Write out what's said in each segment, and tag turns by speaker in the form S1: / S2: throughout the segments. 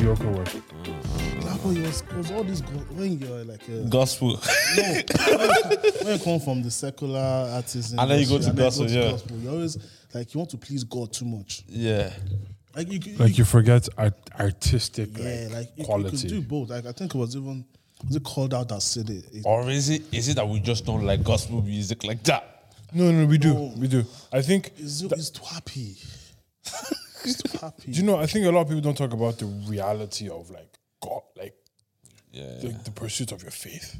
S1: your co-work?
S2: Example, it was, it was all these go- when you're like a,
S3: Gospel.
S2: when you come from the secular artism,
S3: And then you go to gospel, yeah.
S2: you always like you want to please God too much.
S3: yeah.
S2: Like you, c-
S1: Like you forget art, artistic
S2: yeah,
S1: like,
S2: like you-
S1: quality.
S2: You, could do both. Like I think it was even was it called out that said it. It-
S3: Or is it is it that we just don't like gospel music like that?
S4: No, no, we do,
S2: Oh.
S4: we do. I think
S2: it's, it's too happy. it's too happy.
S4: Do you know? I think a lot of people don't talk about the reality of like God, like
S3: Yeah.
S4: like the pursuit of your faith.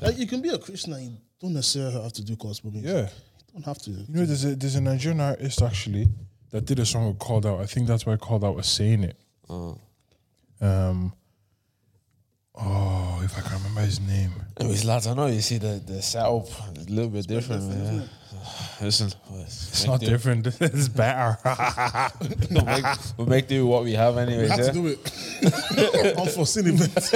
S2: like you can be a Christian and you don't necessarily have to do gospel music.
S4: Yeah.
S2: You don't have to.
S4: You know, there's a there's a Nigerian artist actually that did a song with called out. I think that's why called out was saying it.
S3: Oh.
S4: Um. Oh, if I can remember his name.
S3: Anyways, lads, I know you see the, the setup is a little bit different, man. Listen,
S4: It's not different. It's better.
S3: we'll, make, we'll make do with what we have, anyways.
S2: have
S3: yeah?
S2: to do it. Unforeseen events.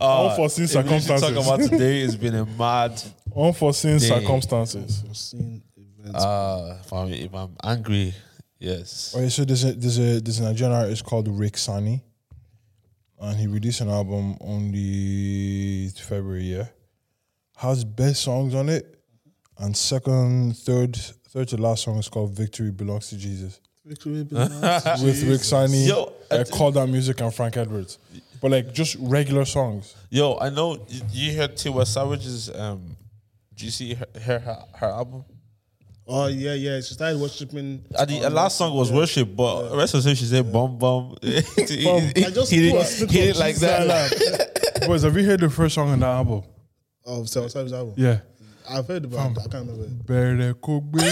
S3: Uh,
S4: Unforeseen
S3: Oh, if we should
S4: circumstances.
S3: Talk about today has been a mad.
S4: Unforeseen
S3: Damn.
S4: circumstances.
S2: Unforeseen events.
S3: Uh, if I'm if I'm angry, yes.
S4: Okay, so there's a there's a there's an Nigerian artist called Rick Sani, and he released an album only February. Yeah, has best songs on it, and second, third, third to last song is called "Victory Belongs to Jesus"
S2: Victory belongs to
S4: with Rick Sani,
S3: Yo, I
S4: uh, Called Out Music, and Frank Edwards. But like just regular songs.
S3: Yo, I know you, you heard Tiwa Savage's. Um, do you see her her, her, her album?
S2: Oh yeah, yeah. She started worshiping. um,
S3: And the last song was worship, but the rest of the time she said bum bum. he,
S2: I just
S3: he, did,
S2: was-
S3: he did like that.
S4: Boys, have you heard the first song on that album?
S2: of Self Service album.
S4: Yeah.
S2: I've heard about. it. I can't remember. it.
S4: Bẹ̀rẹ̀ kò gbé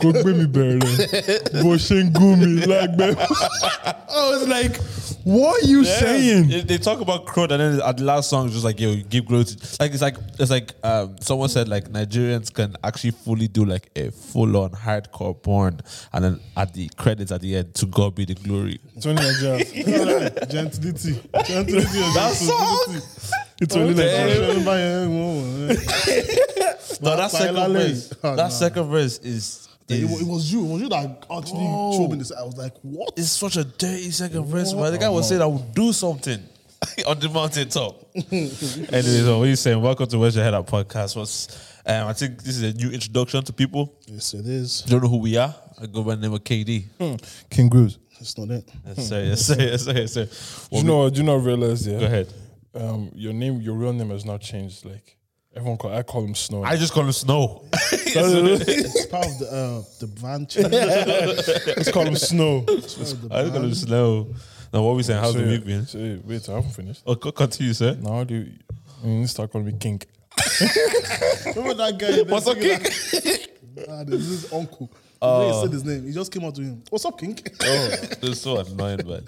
S4: kò gbé mi bẹ̀rẹ̀ bó ṣe ń gún mi lágbẹ́. I was like, what are you saying?
S3: They- They talk about crowd, and then at the last song, it's just like yo, give growth. Like it's like it's like um, someone said like Nigerians can actually fully do like a full on hardcore porn, and then at the credits at the end, to God be the glory.
S4: It's only Nigerians.
S2: Gentility. Gentility.
S3: That song.
S4: It's only Nigerians.
S2: it,
S3: No, that second
S2: Finally.
S3: verse.
S2: Oh,
S3: That
S2: no.
S3: second verse is
S2: wa- it
S3: is.
S2: was you. It was you that actually showed me this. I was like, what?
S3: It's such a dirty second verse, man. The guy was saying I would do something on the mountaintop. Anyways, so what are you saying? Welcome to Where's Your Head Up podcast. What's um, I think this is a new introduction to people.
S2: Yes, it is.
S3: Don't know who we are. I go by the name of KD.
S4: King Grooves.
S2: It's not it.
S3: Yes, sir. Yes, sir. Yes, sir. Yes, sir.
S4: Do you know? Do you not realize? Yeah.
S3: Go ahead.
S4: Um, your name, your real name has not changed. Like everyone call, I call him Snow.
S3: I just call him Snow.
S2: It's part of the uh, the brand change.
S4: just call him Snow.
S3: I just call him Snow. Now, what we saying? How's
S4: So,
S3: the
S4: yeah.
S3: week been?
S4: So, yeah, wait, I haven't finished.
S3: Oh, co- continue, sir.
S4: Now do you, you need to start calling me King?
S2: Remember that guy?
S3: What's up, King?
S2: Ah, this is his uncle. The way he said his name. He just came out to him. What's up, King?
S3: Oh, they're so annoying, but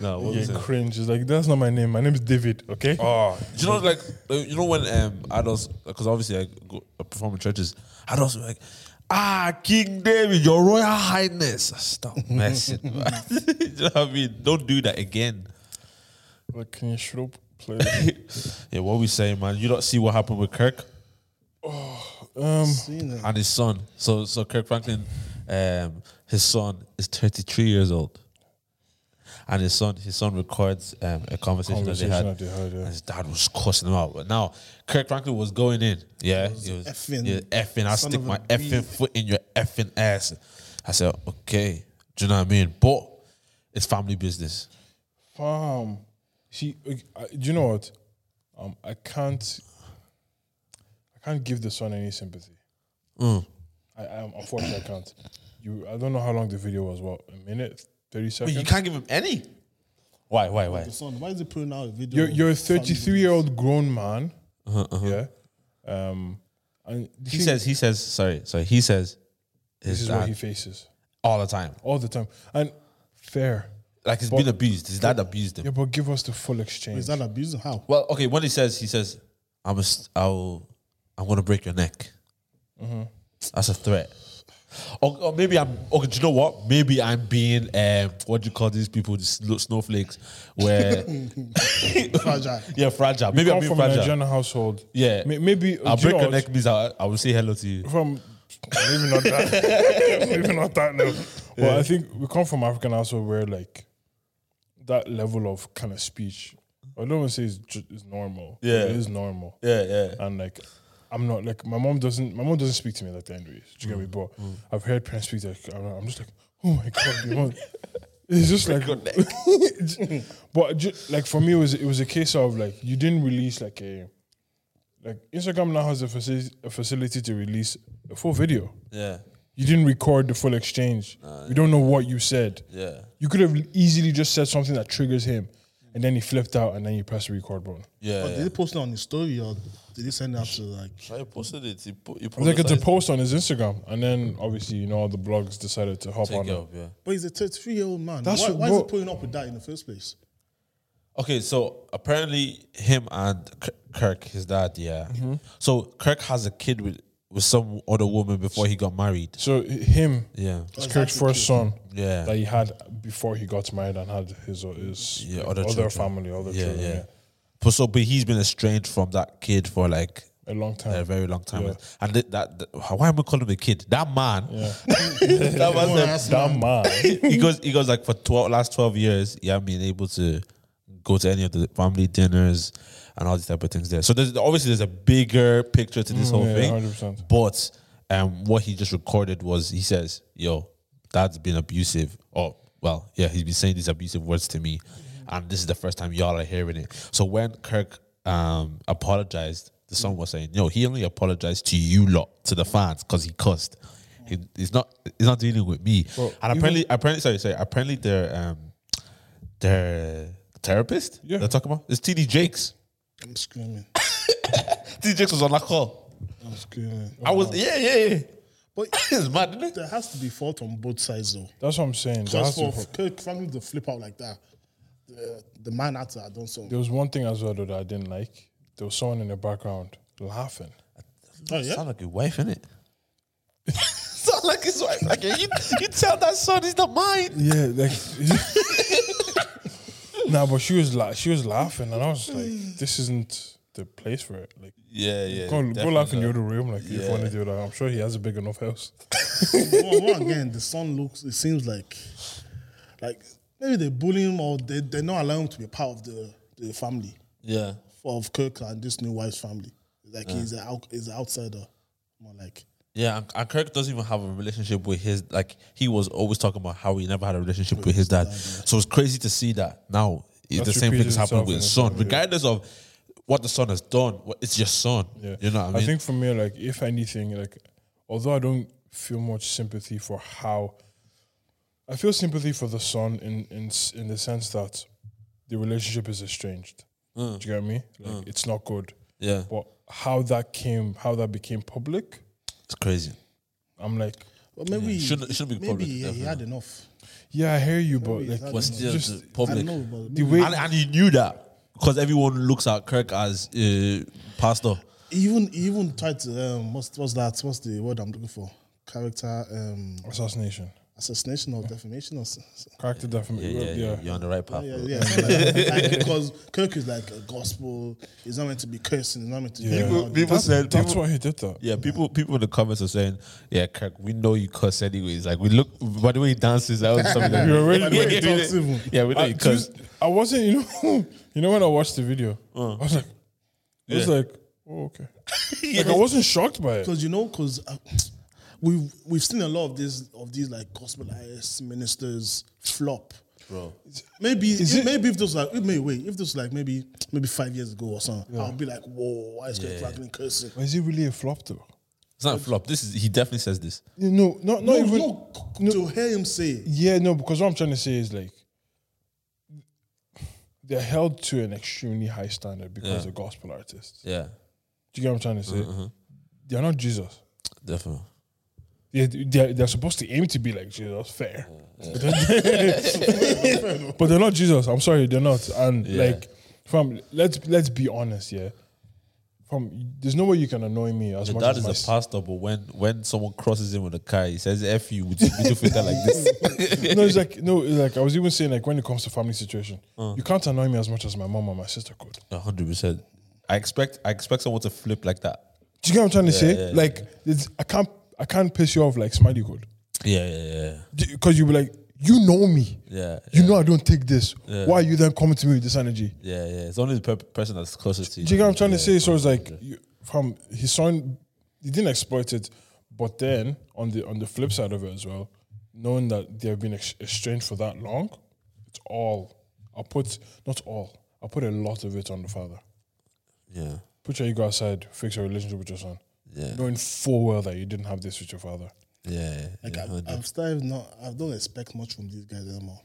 S3: no, what
S4: Yeah,
S3: was it?
S4: cringe. It's like that's not my name. My name is David. Okay.
S3: Oh, you know, like uh, you know when um adults, because obviously I go I perform in churches, adults were like, ah, King David, your Royal Highness, stop messing. man. you know what I mean? Don't do that again.
S4: Like, can you shut up, play?
S3: yeah, what we saying, man? You don't see what happened with Kirk
S4: Um.
S2: Seen it.
S3: and his son. So, so Kirk Franklin, um, his son is thirty three years old. And his son, his son records um, a conversation,
S4: Conversation
S3: that they
S4: that
S3: had.
S4: they had, yeah.
S3: And his dad was cussing him out. But now Kirk Franklin was going in. Yeah. He was
S2: effing.
S3: yeah, effing. I
S2: Son
S3: stick
S2: of
S3: my
S2: a
S3: effing foot in your effing ass. I said, okay. Do you know what I mean? But it's family business.
S4: Fam, she. I, do you know what? Um, I can't. I can't give the son any sympathy.
S3: Mm.
S4: I, I unfortunately I can't. You, I don't know how long the video was. What a minute, thirty
S3: But
S4: seconds.
S3: Oh, you can't give him any. Why? Why? Why?
S2: The son. Why is he putting out a video?
S4: you're
S2: of
S4: you're a
S2: family?
S4: thirty three year old grown man. Yeah. Um, and the
S3: Uh-huh, He
S4: thing-
S3: says. He says. Sorry. Sorry. He says.
S4: this
S3: His
S4: is what
S3: dad
S4: he faces
S3: all the time.
S4: all the time. And fair,
S3: Like he's been abused. His dad abused him.
S4: yeah, but give us the full
S2: Is
S4: exchange.
S2: that abuse? How?
S3: Well, okay. When he says, he says, "I'm a, st- I'll, I'm gonna break your neck."
S4: Mm-hmm.
S3: That's a threat. Or, or maybe I'm. Okay, do you know what? Maybe I'm being um, what do you call these people? These sno- snowflakes, where
S2: Fragile.
S3: yeah, fragile. Maybe I'm
S4: Come
S3: being
S4: from a
S3: fragile.
S4: Nigerian household.
S3: Yeah.
S4: May- maybe uh,
S3: I'll
S4: do you
S3: break
S4: know
S3: your
S4: what?
S3: neck means I, I will say hello to you.
S4: from maybe not that, maybe not that. No, well, I think we come from African also where like that level of kind of speech. I don't want to say it's, ju- it's normal. but
S3: Yeah.
S4: it is normal.
S3: Yeah, yeah.
S4: And like, I'm not like my mom doesn't. My mom doesn't speak to me like that, anyways. Do you get me? But I've heard parents speak like I'm I'm just like, oh my god, your mom." it's just like. but ju- like for me, it was it was a case of like you didn't release like a, like Instagram now has a, faci- a facility to release a full video.
S3: Yeah,
S4: You didn't record the full exchange. we don't know what you said.
S3: yeah,
S4: You could have easily just said something that triggers him, and then he flipped out, and then you press the record button.
S3: yeah.
S2: But did
S3: yeah.
S2: he post it on his story or did he send it out to like?
S3: I posted it. He po- he
S4: It's like it's a
S3: publicized
S4: post on his Instagram, and then obviously you know all the blogs decided to hop
S3: it. Take
S4: on
S3: it
S4: it.
S3: up, yeah.
S2: But he's a 33 year old man.
S4: That's
S2: why,
S4: what-
S2: why is he
S4: bro-
S2: putting up with that in the first place?
S3: Okay, so apparently him and K- Kirk, his dad, yeah.
S4: Mm-hmm.
S3: So Kirk has a kid with with some other woman before he got married.
S4: So h- him,
S3: Yeah,
S4: it's Kirk's first son
S3: yeah,
S4: that he had before he got married and had his his
S3: Yeah,
S4: other,
S3: other children.
S4: family, other
S3: yeah,
S4: children,
S3: yeah. But so, but he's been estranged from that kid for like
S4: yeah, a long
S3: a
S4: time.
S3: very long time,
S4: Yeah.
S3: and th- that, th- why am I calling him a kid? That man, that man said-
S4: Damn man,
S3: he goes he goes like for 12 last 12 years he hasn't been able to go to any of the family dinners and all these type of things there so there's obviously there's a bigger picture to this whole
S4: Mm, yeah,
S3: thing
S4: 100%.
S3: but um what he just recorded was he says yo dad's been abusive or well yeah he's been saying these abusive words to me and this is the first time y'all are hearing it so when kirk um apologized the son was saying yo he only apologized to you lot to the fans because he cussed he, he's not he's not dealing with me and apparently, apparently, sorry, sorry. Apparently, their um, their therapist.
S4: Yeah.
S3: they're talking about it's TD Jakes.
S2: I'm screaming.
S3: TD Jakes was on that call.
S2: I'm screaming.
S3: I was yeah yeah yeah.
S2: But
S3: It's mad, isn't it?
S2: there has to be fault on both sides though.
S4: that's what I'm saying. There, has
S2: Because
S4: to
S2: for
S4: be-
S2: Kirk Franklin to flip out like that, the, the man had to have done something.
S4: there was one thing as well though, that I didn't like. There was someone in the background laughing.
S2: Oh yeah.
S3: Sound like your wife, isn't it? Sound like his wife. Like you, you tell that son he's not mine.
S4: Yeah, like. nah, but she was la- she was laughing, and I was like, "This isn't the place for it." Like,
S3: Yeah yeah.
S4: Go, go
S3: definitely.
S4: laugh in the other room, like if you want
S3: Yeah.
S4: to do that. I'm sure he has a big enough house.
S2: One- one again, the son looks. It seems like, like maybe they bully him or they they not allow him to be part of the the family
S3: Yeah.
S2: of Kirk and this new wife's family. Like he's a out, he's an outsider, more like.
S3: Yeah, and- and Kirk doesn't even have a relationship with his like he was always talking about how he never had a relationship with his dad. So it's crazy to see that now it's the
S4: That's
S3: same thing is
S4: repeated
S3: happening
S4: itself
S3: with
S4: in
S3: his
S4: his
S3: son,
S4: family, yeah.
S3: regardless of what the son has done. what- It's your son.
S4: Yeah.
S3: You know what I mean?
S4: think for me, like if anything, like although I don't feel much sympathy for how I feel sympathy for the son in in s- in the sense that the relationship is estranged.
S3: Hmm.
S4: Do you get me? Like it's not good.
S3: yeah,
S4: But how that came, how that became public,
S3: it's crazy.
S4: I'm like,
S2: But maybe
S3: Shouldn't- it shouldn't be
S2: maybe
S3: public,
S2: he, he
S3: definitely.
S2: had enough.
S4: yeah, I hear you, but
S2: it's
S4: like
S2: not
S3: But still,
S4: just
S3: the public.
S2: I don't know, but
S4: the way
S3: And, and he knew that because everyone looks at Kirk as uh, pastor.
S2: he even he even tried to um, what's what's that? What's the word I'm looking for? Character um,
S4: assassination,
S2: assassination or defamation or. s-
S4: character defamation.
S3: Yeah,
S4: Yeah,
S3: yeah, you're on the right path.
S2: Yeah,
S3: bro.
S2: yeah. something like that. Like, because Kirk is like a gospel. He's not meant to be cursing. He's not meant to.
S4: Yeah.
S2: Be
S3: People- people
S4: That's,
S3: said-
S4: that's
S3: people-
S4: why he did that.
S3: Yeah, people people in the comments are saying, "Yeah, Kirk, we know you cuss anyways. Like we look by the way he dances, that was something. That
S4: You already-
S3: yeah,
S4: By the way
S2: he
S3: yeah,
S2: talks even.
S3: yeah, we know
S4: I,
S3: Uh, you cuss.
S4: just- I wasn't, you know, you know when I watched the video, I was like, I was
S3: Uh. Yeah.
S4: like, oh okay. Like I wasn't shocked by it.
S2: because you know, because uh, we've we've seen a lot of these of these like gospelized ministers flop. Bro, maybe if,
S4: it-
S2: maybe if this was like maybe wait if this was like maybe maybe five years ago or something, I'll be like, whoa, why is Kirk Franklin cursing?
S4: But is it really a flop though?
S3: It's not a flop. This is he definitely says this.
S4: You know, not not
S2: No,
S4: even.
S2: no, to hear him say, it.
S4: Yeah, no, because what I'm trying to say is like, they're held to an extremely high standard because
S3: Yeah. Uh-huh.
S4: they're gospel artists.
S3: Yeah,
S4: Do you get what I'm trying to say? They're not Jesus.
S3: definitely.
S4: They they're, they're supposed to aim to be like Jesus, fair. But, they're, but they're not Jesus. I'm sorry, they're not. And
S3: Yeah.
S4: like, from let's let's be honest, yeah. From there's no way you can annoy me as
S3: The
S4: much
S3: dad
S4: as
S3: is
S4: my
S3: a pastor, but when when someone crosses him with a car, he says "f you" with a beautiful guy like this.
S4: no, it's like no, it's like I was even saying like when it comes to family situation,
S3: Uh.
S4: you can't annoy me as much as my mom and my sister could.
S3: hundred percent. I expect I expect someone to flip like that.
S4: Do you get what I'm trying to say? like it's, I can't I can't piss you off like Smiley could
S3: Yeah, yeah, yeah.
S4: because you'd be like you know me.
S3: Yeah,
S4: You know I don't take this. Why are you then coming to me with this energy?
S3: Yeah, yeah. It's only the per- person that's closest to you.
S4: Do you get what I'm trying to say? So it's like you, from his son, he didn't exploit it, but then on the on the flip side of it as well, knowing that they have been ex- estranged for that long, it's all. I'll put not all. I'll put a lot of it on the father.
S3: Yeah,
S4: Put your ego aside. Fix your relationship with your son,
S3: yeah,
S4: knowing full well that you didn't have this with your father.
S3: yeah.
S2: Like
S3: yeah,
S2: I, I'm still not. I don't expect much from these guys anymore.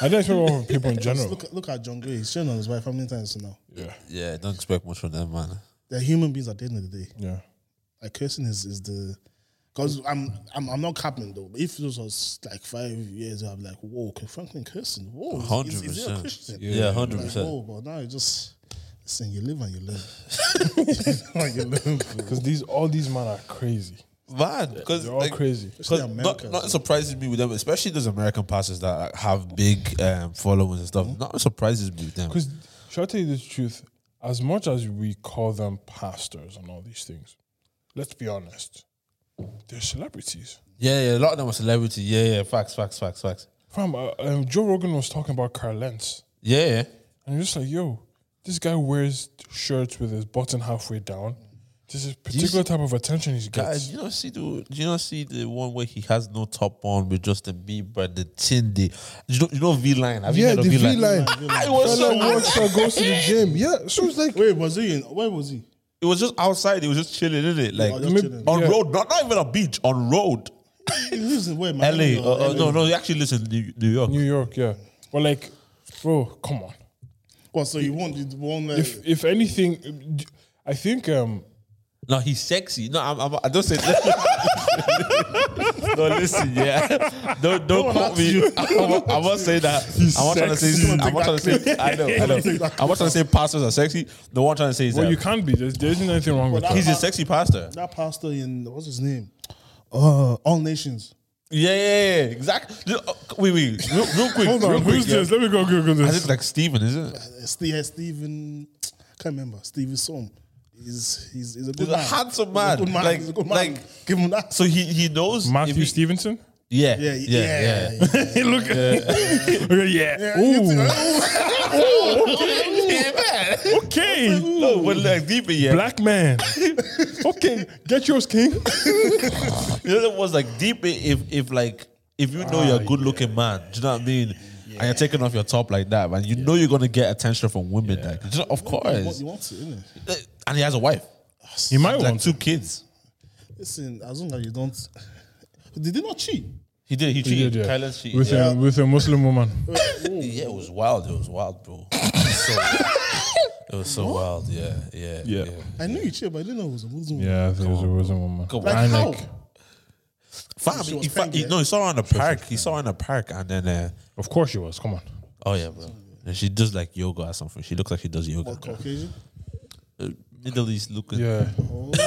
S4: I don't expect more from people in
S2: Just
S4: general.
S2: look, look at John Gray. He's shown on his wife how many times now.
S4: Yeah,
S3: yeah. Don't expect much from them, man.
S2: They're human beings at the end of the day.
S4: yeah.
S2: Like cursing is is the because I'm I'm I'm not capping though. But if this was like five years, I'm like, whoa, Franklin cursing. Whoa, is- is, is he a
S3: 100%.
S2: Christian?
S3: Yeah, hundred
S2: Like,
S3: percent.
S2: whoa, but now you just listen. You live and you learn. like you learn.
S4: Because these all these men are crazy.
S3: Man, because
S4: They're all crazy.
S2: Especially
S3: not,
S2: America,
S3: not surprises me with them, especially those American pastors that like, have big um, followings and stuff. Not surprises me with them.
S4: Because shall I tell you the truth? As much as we call them pastors and all these things, let's be honest, they're celebrities.
S3: Yeah, yeah. A lot of them are celebrity. Yeah, yeah. Facts, facts, facts, facts.
S4: Fam, uh, um, Joe Rogan was talking about Carl Lentz,
S3: Yeah, yeah.
S4: and you're just like, yo, this guy wears shirts with his button halfway down. This is particular type of attention he
S3: Guys,
S4: gets.
S3: you not see the do you not see the one where he has no top on with Justin Bieber, the tin the you know you know V line. Have you
S4: Yeah,
S3: heard of
S4: the
S3: V
S4: V
S3: line?
S4: line.
S3: It was so
S4: Fella works out, goes to the gym. Yeah, so it's like
S2: Wait, was he? In, where was he?
S3: it was just outside, it was just chilling, in it? Like
S2: Oh, just chilling.
S3: on
S4: Yeah.
S3: road, not, not even a beach, on road.
S2: He lives in where? Miami
S3: LA.
S2: or
S3: Uh, uh, no, no, he actually lives in New, New York.
S4: New York, yeah. But like, bro, come on.
S2: Well, so you won't. You won't. Uh,
S4: If if anything, I think um,
S3: No, he's sexy. No, I'm, I'm, I don't say. no, listen, yeah, don't don't quote me. I'm, I'm not saying that. I'm not trying to
S2: sexy.
S3: say. I'm not trying to say. I know, I know.
S2: Take that
S3: I'm not trying to say pastors are sexy. No one trying to say is
S4: well,
S3: that
S4: you can't be. There's, there isn't anything wrong with that.
S3: he's a sexy pastor.
S2: that pastor in what's his name? Uh, All Nations.
S3: Yeah, yeah, yeah exactly. Wait, wait, real, real quick,
S4: Hold on,
S3: real quick.
S4: who's
S3: Yeah.
S4: this? Let me go Google
S3: I
S4: this.
S3: think it's like Stephen, isn't it?
S2: Uh, Steve, Stephen. Can't remember. Steve Som. He's he's he's a good
S3: He's a
S2: man.
S3: handsome
S2: He's a
S3: man.
S2: good man.
S3: Like-
S2: he's a good man.
S3: like-
S2: give him that.
S3: So he he knows. if
S4: Matthew
S3: he,
S4: Stevenson.
S3: yeah,
S2: yeah,
S3: yeah,
S2: yeah, yeah. yeah.
S4: Look, yeah.
S3: yeah.
S4: Okay,
S3: No, but like deeper, yeah.
S4: black man. okay, get yours, King.
S3: The other one's like deep i- if if like if you know you're a good looking man, do you know what I mean? And you're taking off your top like that, man. You know you're gonna get attention from women, like do you know- of
S2: You want-
S3: course.
S2: you want to, innit?
S3: Uh, And he has a wife,
S4: You might
S3: like
S4: want
S3: two kids.
S2: Listen, as long as you don't. Did they not cheat?
S3: He did. He
S4: to.
S3: cheated.
S4: Yeah.
S3: Kylan cheated.
S4: with
S2: Yeah.
S4: a with a Muslim woman.
S3: Yeah, it was wild. It was wild, bro. It was so, it was so wild. Yeah, yeah, yeah.
S4: Yeah.
S2: I knew you cheated, but I didn't know it was a Muslim.
S4: Yeah, I think it was a Muslim woman.
S3: Come on.
S2: Like,
S4: And,
S2: how?
S4: like,
S3: Fam,
S2: She
S3: he,
S2: was
S3: he fa-
S2: pregnant.
S3: he- no, he saw her in the park. He saw her in the park, and then uh,
S4: of course she was. Come on.
S3: oh yeah, bro. And she does like yoga or something. She looks like she does yoga.
S2: Or Caucasian.
S3: Uh, Middle East looking.
S4: Yeah,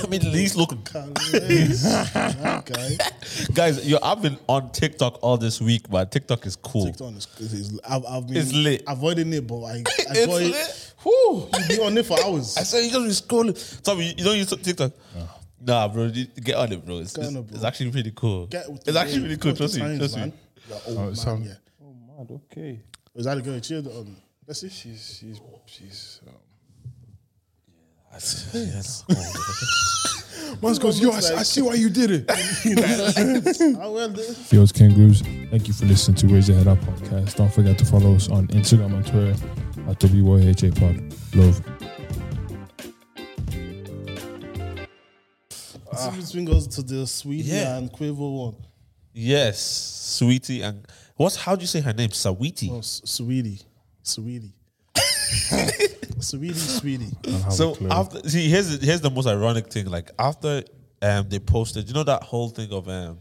S3: Middle East looking.
S2: Congolese. that guy.
S3: Guys, yo, I've been on TikTok all this week, man. TikTok is cool.
S2: TikTok is, is, is I've, I've been
S3: It's lit.
S2: avoiding it, but I, I
S3: It's
S2: got
S3: lit.
S2: it.
S3: Whew.
S2: You be on it for hours.
S3: I said you just be scrolling. Tommy, you- you don't use TikTok. Nah, bro, you- get on it, bro. It's,
S2: Get on
S3: it's-
S2: it, bro.
S3: it's actually pretty cool.
S2: Get with the
S3: It's actually
S2: wave.
S3: really cool.
S2: Come to
S3: Trust me,
S2: times,
S3: trust me.
S2: man. You're old man,
S4: some-
S2: yeah.
S4: Oh mad. Okay.
S2: Was that a girl you cheated on? Let's see.
S4: She's she's she's. Um,
S3: Yes. Oh,
S4: Mans goes, yo, I, I see why you did it.
S3: Ah,
S2: How well this?
S5: Fields Kangaroos. Thank you for listening to Raise Your Head Up podcast. Don't forget to follow us on Instagram and Twitter at WYHA Pod. Love.
S2: This brings us to the Sweden
S3: ah. Yeah.
S2: and Quavo one.
S3: yes, sweetie, and what's how do you say her name? Sawiti.
S2: No, S- Sweetie. Sweetie. Sweetie, sweetie.
S3: so after see here's the, here's the most ironic thing like after um they posted you know that whole thing of um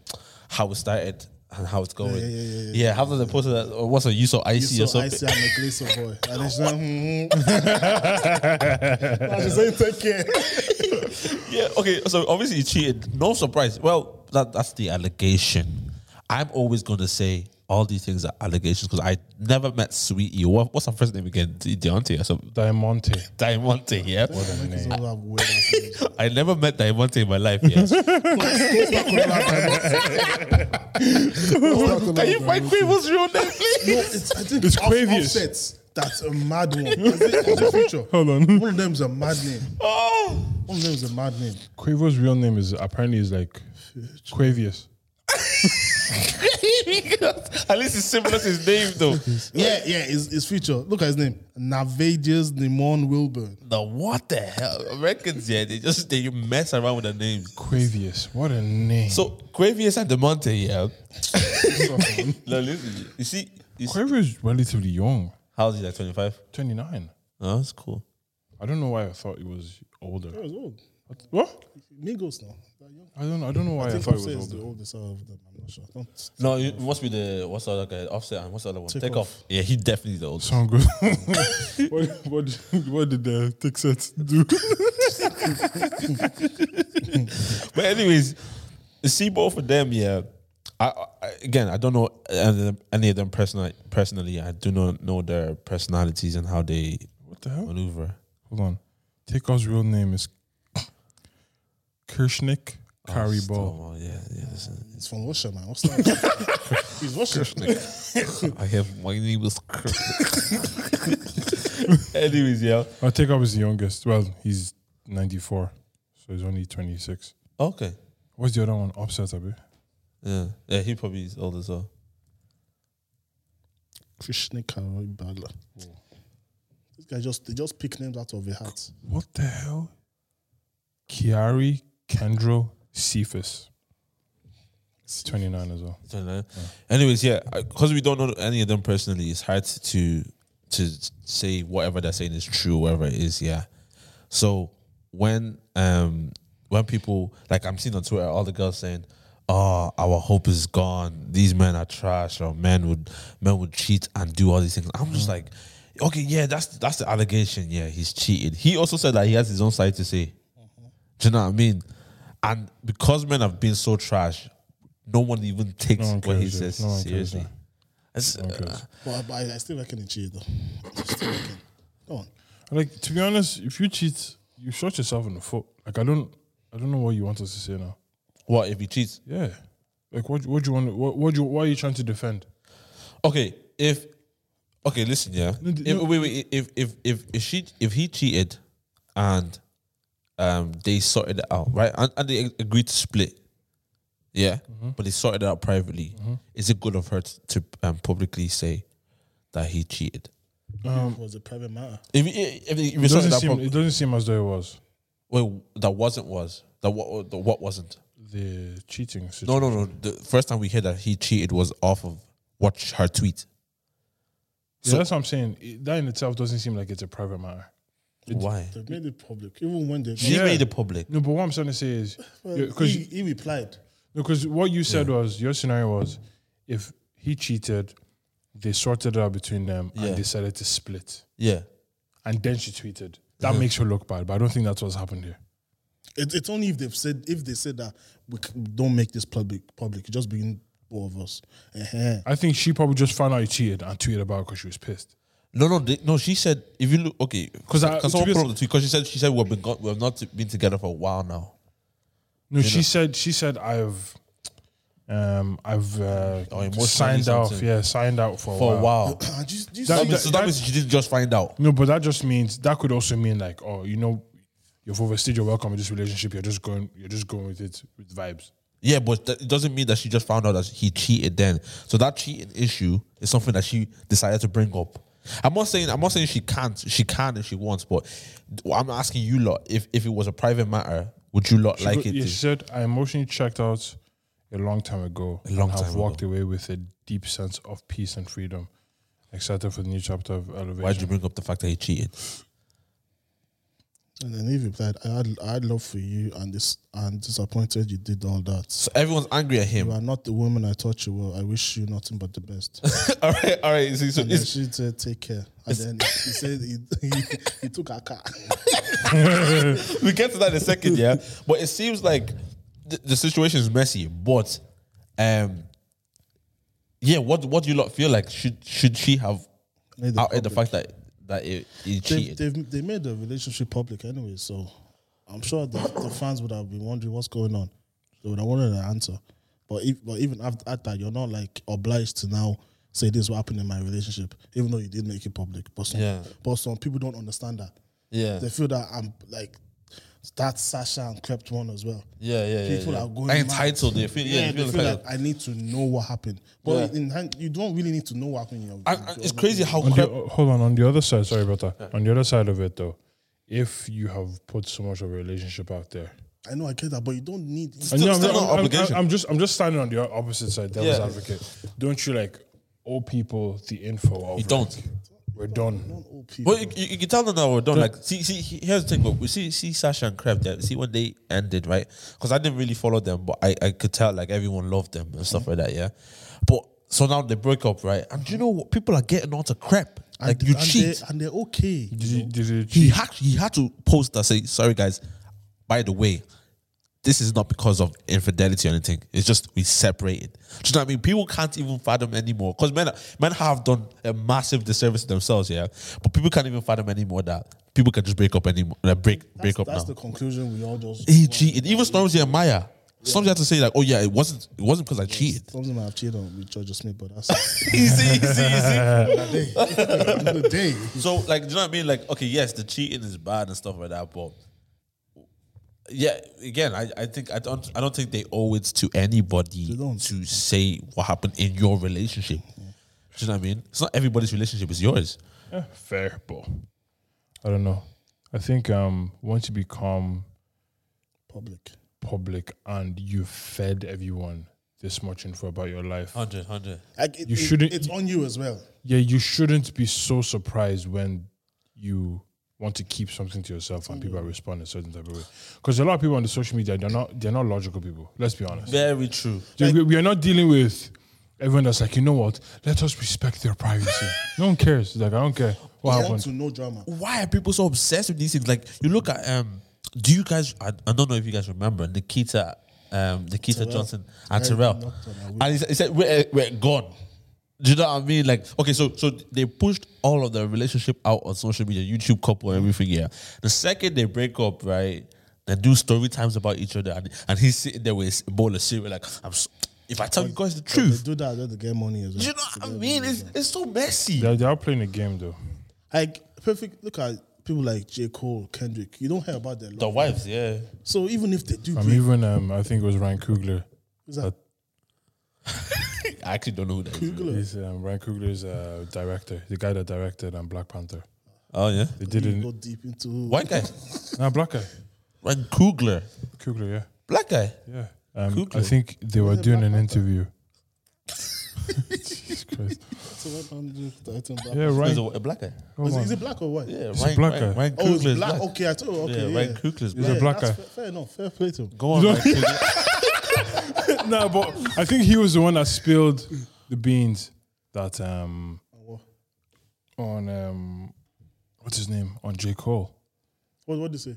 S3: how it started and how it's going yeah,
S2: yeah, yeah,
S3: after they posted that or what's a you so icy
S2: You
S3: or
S2: so
S3: something
S2: icy, I'm a glacier boy. And it's like, mm-hmm. I just ain't take care.
S3: yeah okay so obviously you cheated no surprise well that that's the allegation I'm always gonna say all these things are allegations because I never met Sweetie. What, what's her first name again? De- Deontay or something?
S4: Diamante.
S3: Diamante, yeah.
S2: Niggas always have weird ass names.
S3: I never met Diamante in my life, yeah. Can you find Quavo's real name, please?
S2: No, it's, I think
S4: It's
S2: off-
S4: Quavius.
S2: Offsets. That's a mad one. Is it, is it future? Hold
S4: on.
S2: One of them's a mad name.
S3: Oh.
S2: One of them's a mad name.
S4: Quavo's real name is apparently is like Quavius.
S3: At least it's similar to his name, though.
S2: Yeah, yeah, it's, it's future. Look at his name. Navadius Nimon Wilburn.
S3: The what the hell? Americans, yeah, they just they mess around with the names.
S4: Quavius. What a name.
S3: So Quavius and Demonte, yeah. no, listen, you see, you see
S4: Quavius is relatively young.
S3: how's he like twenty five?
S4: 29.
S3: Oh, that's cool.
S4: I don't know why I thought he was older.
S2: That was old.
S4: What?
S2: Migos now. They're young.
S4: I don't I don't know why Oh, I,
S2: I think
S4: thought he
S2: Offset is
S4: was
S2: the
S4: older.
S2: oldest out of them. I'm not sure. Don't-
S3: No, it must be the what's the other guy? Offset and what's the other one? Take, off.
S2: Off.
S3: Yeah, he definitely the oldest.
S4: Sound good. what, what, what did the tick sets do?
S3: But anyways, you see both of them, yeah. I, I again, I don't know any of them- any of them personally. Personally, I do not know their personalities and how they
S4: What the hell?
S3: maneuver.
S4: Hold on. Takeoff's real name is Kirshnik Carry Ball.
S3: Oh, yeah, yeah. Listen.
S2: It's from Russia, man. What's that? He's Russian.
S3: I have my name is. Anyways, yeah.
S4: Oh, Takeoff is the youngest. Well, he's 94, so he's only 26.
S3: Okay.
S4: What's the other one? Offset, a bit.
S3: Yeah. Yeah, he probably is old as well.
S2: Krishna Karibala. This guy just they just pick names out of their hats.
S4: What the hell? Kiari Kendro Cephas. He's 29 as well.
S3: Don't know. Anyways, yeah, because we don't know any of them personally, it's hard to to say whatever they're saying is true, whatever it is. Yeah. So when um when people like I'm seeing on Twitter all the girls saying, "Oh, our hope is gone. These men are trash. Or men would men would cheat and do all these things." I'm just like, okay, yeah, that's that's the allegation. Yeah, he's cheated. He also said that he has his own side to say. Do you know what I mean? And because men have been so trash, no one even takes
S4: one
S3: what he
S4: cares, yeah.
S3: says
S4: No one cares,
S3: seriously.
S4: yeah.
S3: It's, uh,
S2: But, but I, I still reckon it's cheated though. I still reckon. Come on.
S4: Like to be honest, if you cheat, you shot yourself in the foot. Like I don't, I don't know what you want us to say now.
S3: what if he cheats?
S4: Yeah. Like what? What do you want? What? What do? You, why are you trying to defend?
S3: Okay, if okay, listen, yeah.
S4: No, d-
S3: If,
S4: no.
S3: wait, wait. If if if if she if he cheated, and um they sorted it out, right? And, and they ag- agreed to split, yeah.
S4: Mm-hmm.
S3: But they sorted it out privately. Is it good of her to, to um, publicly say that he cheated?
S4: Um,
S2: it was a private matter.
S3: If if, if, if
S4: It
S3: it sorted
S4: doesn't
S3: it out
S4: seem.
S3: pub-
S4: It doesn't seem as though it was
S3: wait, that wasn't was that what the what wasn't?
S4: the cheating. Situation.
S3: No, no, no. The first time we heard that he cheated was off of watch her tweet.
S4: Yeah,
S3: So-
S4: that's what I'm saying. It- that in itself doesn't seem like it's a private matter.
S3: Why?
S2: They made it public. Even when they
S3: She
S4: Yeah.
S3: made it public.
S4: No, but what I'm trying to say is because
S2: he, he replied.
S4: Because what you said was your scenario was if he cheated, they sorted it out between them
S3: Yeah.
S4: and decided to split.
S3: Yeah.
S4: And then she tweeted. That
S3: Yeah.
S4: makes her look bad, but I don't think that's what's happened here.
S2: It, it's only if they've said if they said that we c- don't make this public public, it just being both of us. uh
S4: I think she probably just found out he cheated and tweeted about it because she was pissed.
S3: No, no, they, no. She said, "If you look, okay, because
S4: 'Cause I- to
S3: someone
S4: be
S3: put up
S4: honest-
S3: the tweet because she said she said we've been go- we've not been together for a while now.
S4: No, she said she said I've um I've uh,
S3: Oh, emotionally
S4: signed out
S3: something.
S4: yeah, signed out for,
S3: For a while.
S2: Do you, do you
S4: That-
S2: see-
S3: so that means she didn't just find out.
S4: No, but that just means that could also mean like, oh, you know, you've overstayed your welcome in this relationship, you're just going you're just going with it with vibes.
S3: Yeah, but that, it doesn't mean that she just found out that he cheated then. So that cheating issue is something that she decided to bring up. I'm not saying I'm not saying she can't. She can if she wants, but I'm asking you lot if if it was a private matter, would you lot
S4: She
S3: like
S4: go-
S3: it?
S4: yeah,
S3: to-
S4: she said, I emotionally checked out a long time ago.
S3: A long
S4: and
S3: time
S4: I've
S3: ago.
S4: walked away with a deep sense of peace and freedom. Excited for the new chapter of
S3: Why'd you
S4: elevation.
S3: bring up the fact that he cheated?
S2: And then he replied, I had I had love for you and this and disappointed you did all that.
S3: So everyone's angry at
S2: You
S3: him.
S2: are not the woman I thought you were. I wish you nothing but the best.
S3: all right, all right. So, so
S2: And then
S3: it's,
S2: she said, "Take care." And then he said he, he, he took her car.
S3: we get to that in a second, yeah. But it seems like th- the situation is messy. But um, yeah, what what do you lot feel like? Should should she have
S2: Made it
S3: outed the
S2: public.
S3: fact that that it, it
S2: They've,
S3: cheated?
S2: they've, they made the relationship public anyway, so I'm sure the, the fans would have been wondering what's going on. They would have wanted an answer. But, if, but even after, at that, you're not like obliged to now say this is what happened in my relationship, even though you did make it public. But some,
S3: Yeah.
S2: but some people don't understand that.
S3: yeah.
S2: They feel that I'm like that's Sasha and Klept one as well.
S3: yeah, yeah, yeah.
S2: People
S3: yeah.
S2: are going
S3: Like
S2: mad.
S3: entitled. They feel, yeah,
S2: Yeah,
S3: they feel
S2: they feel
S3: entitled.
S2: like I need to know what happened. But in hand, you don't really need to know what happened. in your-
S3: And- and it's crazy how
S4: On the,
S3: crap.
S4: oh, hold on, on the other side, sorry about that. On the other side of it, though, if you have put so much of a relationship out there,
S2: I know I get that, but you don't need.
S4: And
S3: Still-
S4: yeah,
S3: still
S4: I'm,
S3: not
S4: I'm-
S3: obligation.
S4: I'm- I'm just, I'm just standing on the opposite side, devil's
S3: Yeah.
S4: advocate. Don't you like owe people the info? Of
S3: You
S4: like,
S3: don't.
S4: We're done.
S2: old people.
S3: Well, you, you, you can tell them that we're done. Like, see, see, he- here's the thing. But we see, see Sasha and Kreb there. See when they ended, right? Because I didn't really follow them, but I, I could tell like everyone loved them and stuff like that. Yeah, but so now they broke up, right? And do you know what? People are getting onto Kreb. Like you cheat.
S2: they, and they're okay.
S4: Did you, did you
S3: He
S4: cheat?
S3: had he had to post that say, sorry guys. By the way, this is not because of infidelity or anything. It's just we separated. Do you know what I mean? People can't even fathom anymore because men men have done a massive disservice to themselves. Yeah, but people can't even fathom anymore that people can just break up anymore. Like break break up
S2: That's
S3: now.
S2: the conclusion we all just.
S3: he cheated. Even Stormzy and Maya. Stormzy had to say like, oh yeah, it wasn't it wasn't because I cheated.
S2: Something might have cheated on with George Smith, but that's
S3: easy, easy, easy.
S2: the day.
S3: So like, do you know what I mean? Like, okay, yes, the cheating is bad and stuff like that, but yeah, again, I, I think I don't I don't think they owe it to anybody
S2: don't.
S3: to say what happened in your relationship. Do you know what I mean? It's not everybody's relationship; it's yours.
S4: Eh, fair, but I don't know. I think um, once you become
S2: Public.
S4: public and you've fed everyone this much info about your life,
S3: 100, 100.
S2: Like it,
S4: You
S2: it-
S4: shouldn't-
S2: It's on you as well.
S4: yeah, you shouldn't be so surprised when you want to keep something to yourself and people are responding a certain type of way. Because a lot of people on the social media, they're not they're not logical people. Let's be honest.
S3: Very true.
S4: Dude, we, we are not dealing with everyone that's like, you know what? Let us respect their privacy. no one cares. Like I don't care what
S2: I want
S4: happened.
S2: to know drama.
S3: Why are people so obsessed with these things? Like, you look at um, do you guys? I, I don't know if you guys remember Nikita, um, Nikita Johnson and
S2: I
S3: Terrell,
S2: knocked on her window.
S3: and he said, he said we're, uh, we're gone. Do you know what I mean? Like, okay, so so they pushed all of their relationship out on social media, YouTube couple, and everything. Yeah, the second they break up, right, they do story times about each other, and, and he's sitting there with a bowl of cereal, like, I'm. So, if I tell you guys the
S2: They
S3: truth,
S2: do that just to get money as well.
S3: do you know what I mean? It's it's so messy.
S4: They're, they're all playing a game though.
S2: Like perfect. Look at people like J Cole, Kendrick. You don't hear about their
S3: The
S2: love.
S3: wives, yeah.
S2: So even if they do,
S4: I'm
S2: break,
S4: even um I think it was Ryan Coogler.
S2: is that
S3: uh, I actually don't know who that is.
S2: Googler?
S4: He's um, Ryan Coogler's uh, director, the guy that directed um, Black Panther.
S3: Oh yeah,
S4: They
S2: You
S4: didn't
S2: go deep into
S3: white guy.
S4: nah black guy.
S3: Ryan Coogler,
S4: Coogler, yeah.
S3: black guy.
S4: Yeah. Um, I
S3: Coogler?
S4: think they were doing an interview. Jesus Christ.
S2: So why can't you do that?
S4: Yeah,
S3: He's
S4: Ryan.
S3: a, a black guy.
S4: hold
S2: Is, it-
S4: on.
S2: is it black or white?
S3: Yeah,
S4: He's a
S3: Ryan,
S4: black
S3: Ryan,
S4: guy.
S3: Ryan
S2: Oh,
S3: Coogler
S2: it's
S3: is
S2: black.
S3: black.
S2: Okay, I thought. Okay,
S3: yeah,
S2: yeah,
S3: Ryan Coogler is
S4: He's a
S3: black.
S4: black
S2: that's
S4: guy.
S2: Fair, fair enough. Fair play to him.
S3: Go on, Ryan Coogler.
S4: Oh, no, but I think he was the one that spilled the beans that um
S2: what?
S4: on um what's his name on J Cole.
S2: What? What do you say?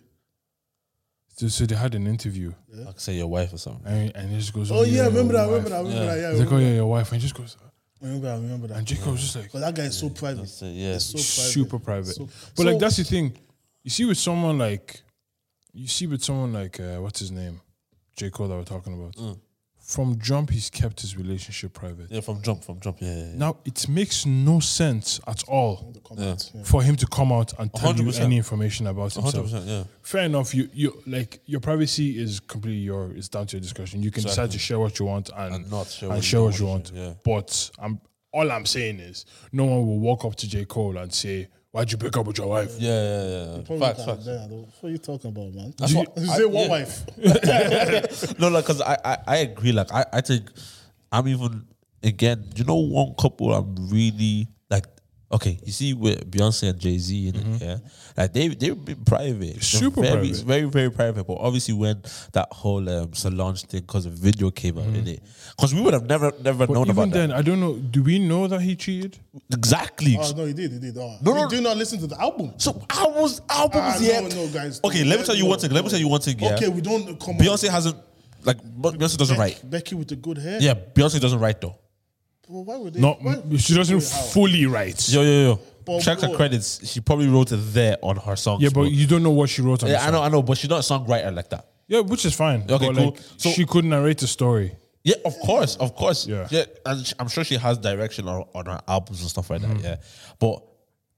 S4: So, so they had an interview
S3: I could say your wife or something.
S4: and, and he just goes,
S2: Oh yeah, I remember that. I
S4: your
S2: Remember that. I
S4: wife."
S2: Remember that. Yeah, I
S4: He's like,
S2: remember
S4: oh yeah, your wife, and he just goes,
S2: I remember, I remember that.
S4: and J Cole's just like
S2: But that guy is so private.
S3: So, yeah,
S2: It's so private.
S4: super private.
S2: So-
S4: but
S2: so-
S4: like that's the thing, you see with someone like, you see with someone like uh, what's his name, J Cole that we're talking about.
S2: Mm.
S4: From jump, he's kept his relationship private.
S3: yeah, from jump, from jump. Yeah, yeah, yeah.
S4: Now it makes no sense at all
S2: The comments, yeah.
S4: for him to come out and tell you
S3: 100%.
S4: any information about
S3: hundred
S4: himself.
S3: percent. Yeah,
S4: Fair enough. You you like your privacy is completely your. It's down to your discretion. You can decide to share what you want and,
S3: And not share what
S4: and
S3: you
S4: share
S3: don't
S4: what you
S3: want
S4: want.
S3: to share, yeah.
S4: But I'm all I'm saying is no one will walk up to J Cole and say, "Why'd you break up with your wife?"
S3: yeah, yeah. yeah, yeah.
S2: Probably
S3: Facts,
S2: that-
S3: facts.
S2: that- What are you talking about, man?
S3: That's
S2: you,
S3: what-
S2: you
S3: I-
S2: say one
S3: yeah.
S2: wife.
S3: no, like, cause I, I, I agree. Like, I, I think I'm even again. You know, one couple I'm really like. Okay, you see with Beyonce and Jay Z, yeah, like they they've been private, They're
S4: Mm-hmm. super
S3: very,
S4: private.
S3: very very private. But obviously, when that whole um, Solange thing, because the video came out in it, because we would have never never
S4: Mm-hmm. But
S3: known
S4: even
S3: about
S4: then, I don't know. Do we know that he cheated?
S3: that exactly.
S4: Ah.
S2: Oh no, he did. He did. Oh.
S3: No,
S2: you
S3: no.
S2: do not listen to the album.
S3: So albums,
S2: Ah,
S3: albums,
S2: no,
S3: yeah.
S2: no, guys,
S3: Okay,
S2: no,
S3: let me tell you
S2: no,
S3: one thing. Let me
S2: no.
S3: tell you one thing. Yeah.
S2: Okay, we don't come.
S3: Beyonce
S2: on.
S3: hasn't like Beyonce doesn't
S2: Beck-
S3: write.
S2: Becky with the good hair.
S3: Yeah, Beyonce doesn't write though.
S2: Well, why would they?
S4: Not
S2: why-
S4: she doesn't
S2: Wait, how?
S4: fully write.
S3: Yo, yo, yo.
S2: But
S3: Check her
S2: bro-
S3: credits. She probably wrote it there on her song.
S4: Yeah, but you don't know what she wrote on. the
S3: yeah, I
S4: song.
S3: know, I know, but she's not a songwriter like that.
S4: Yeah, which is fine.
S3: Okay,
S4: but
S3: cool.
S4: like,
S3: So-
S4: she could narrate the story.
S3: Yeah, of course, of course.
S4: Yeah.
S3: yeah and sh- I'm sure she has direction on, on her albums and stuff like that. Yeah, but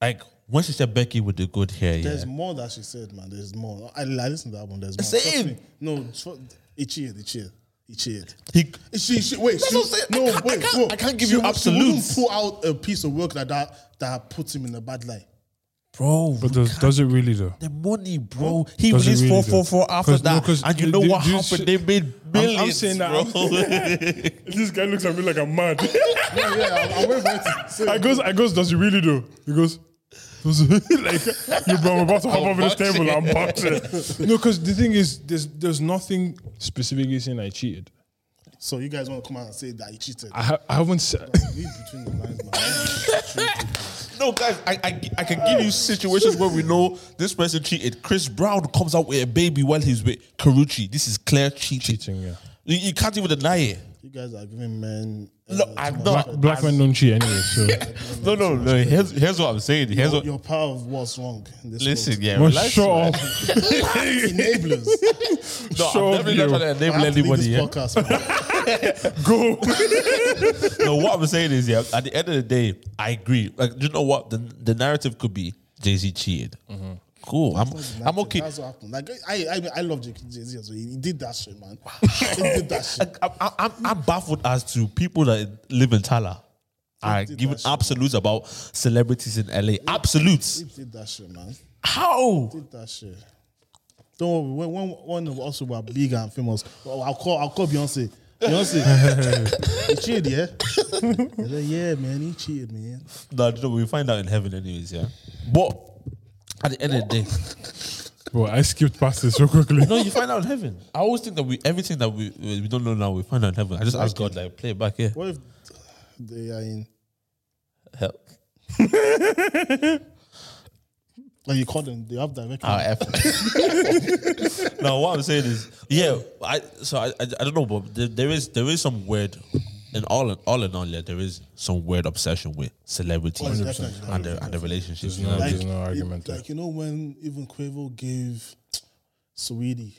S3: like when she said Becky with the good hair,
S2: There's
S3: yeah,
S2: more that she said, man. There's more. I, I listened to that one. There's more.
S3: Same.
S2: Trust me. No, tr- he cheated. He cheated. He cheated.
S3: he,
S2: She, she, wait,
S3: That's
S2: she,
S3: what I'm saying. I
S2: no,
S3: can't- I
S2: wait,
S3: can't-
S2: bro.
S3: I can't give
S2: She
S3: you
S2: wou- she wouldn't
S3: absolutes.
S2: Pull out a piece of work like that that puts him in a bad light.
S3: bro,
S4: But does, does it really though?
S3: the money, bro. He
S4: Does it
S3: released
S4: really,
S3: four
S4: though?
S3: four four after
S4: 'Cause- no,
S3: that,
S4: 'cause
S3: and you
S4: the-
S3: know
S4: the-
S3: what
S4: this
S3: happened?
S4: shit-
S3: They made
S4: I'm
S3: billions,
S4: saying that- I'm
S3: bro.
S4: This guy looks at me like I'm mad.
S2: Yeah, yeah. I, I wait for it to say.
S4: I goes, I goes, does he really though? He goes, does he? like, you bro, I'm about to hop
S3: I'm
S4: over this
S3: boxing.
S4: table. I'm boxing. no, because the thing is, there's there's nothing specifically saying I cheated.
S2: So you guys want to come out and say that he cheated?
S4: I, ha- I haven't said.
S2: Read between the lines, man.
S3: No, guys, I, I, I can give you situations where we know this person cheated. Chris Brown comes out with a baby while he's with Karuchi. This is clear cheating.
S4: Cheating, yeah.
S3: You, you can't even deny it.
S2: you guys are giving men. uh,
S3: No,
S2: too
S3: I'm
S2: much
S3: not.
S2: credit.
S4: Black men don't cheat anyway. So
S3: No, no, no. Here's, here's what I'm saying. Here's
S2: Your power of what's wrong in this
S3: Listen,
S2: world.
S3: yeah.
S4: Well,
S3: relax,
S4: shut
S3: man.
S4: up.
S2: enablers.
S3: No,
S4: Shut
S3: I'm
S4: up,
S3: definitely not
S4: yo.
S3: trying to
S2: I
S3: enable
S2: have to leave
S3: anybody.
S2: this
S3: Yeah.
S2: podcast, man.
S4: Go.
S3: No, what I'm saying is, yeah. At the end of the day, I agree. Like, you know what? The, the narrative could be Jay Z cheated. Cool. I'm I'm okay.
S2: Mm-hmm. That's what happened. Like I, I, I love Jay Z as well. He did that shit, man. he did that shit.
S3: I, I, I'm, I'm baffled as to people that live in Tala are given absolutes about celebrities in LA. Absolutes.
S2: He did that shit, man.
S3: How?
S2: Did that shit. Don't worry. When, when, when of us were big and famous, oh, I'll call, I'll call Beyonce. Beyonce, he cheated, yeah. He's like, yeah, man, he cheated, man.
S3: No, no, we find out in heaven, anyways. Yeah, but at the end of the day,
S4: Bro, I skipped past this so quickly.
S3: no, you find out in heaven. I always think that we everything that we we don't know now we find out in heaven. I just ask God like play it back here.
S2: What if they are in?
S3: Help.
S2: Like you call them, they have direct.
S3: Our effort. no, what I'm saying is, yeah, I so I I, I don't know, but there, there is there is some weird, and all in all in all, yeah, there is some weird obsession with celebrities
S2: Oh, definitely,
S3: and their and their relationships. You know?
S4: no-
S3: what I mean?
S4: There's argument there.
S2: Like you know when even Quavo gave Sweetie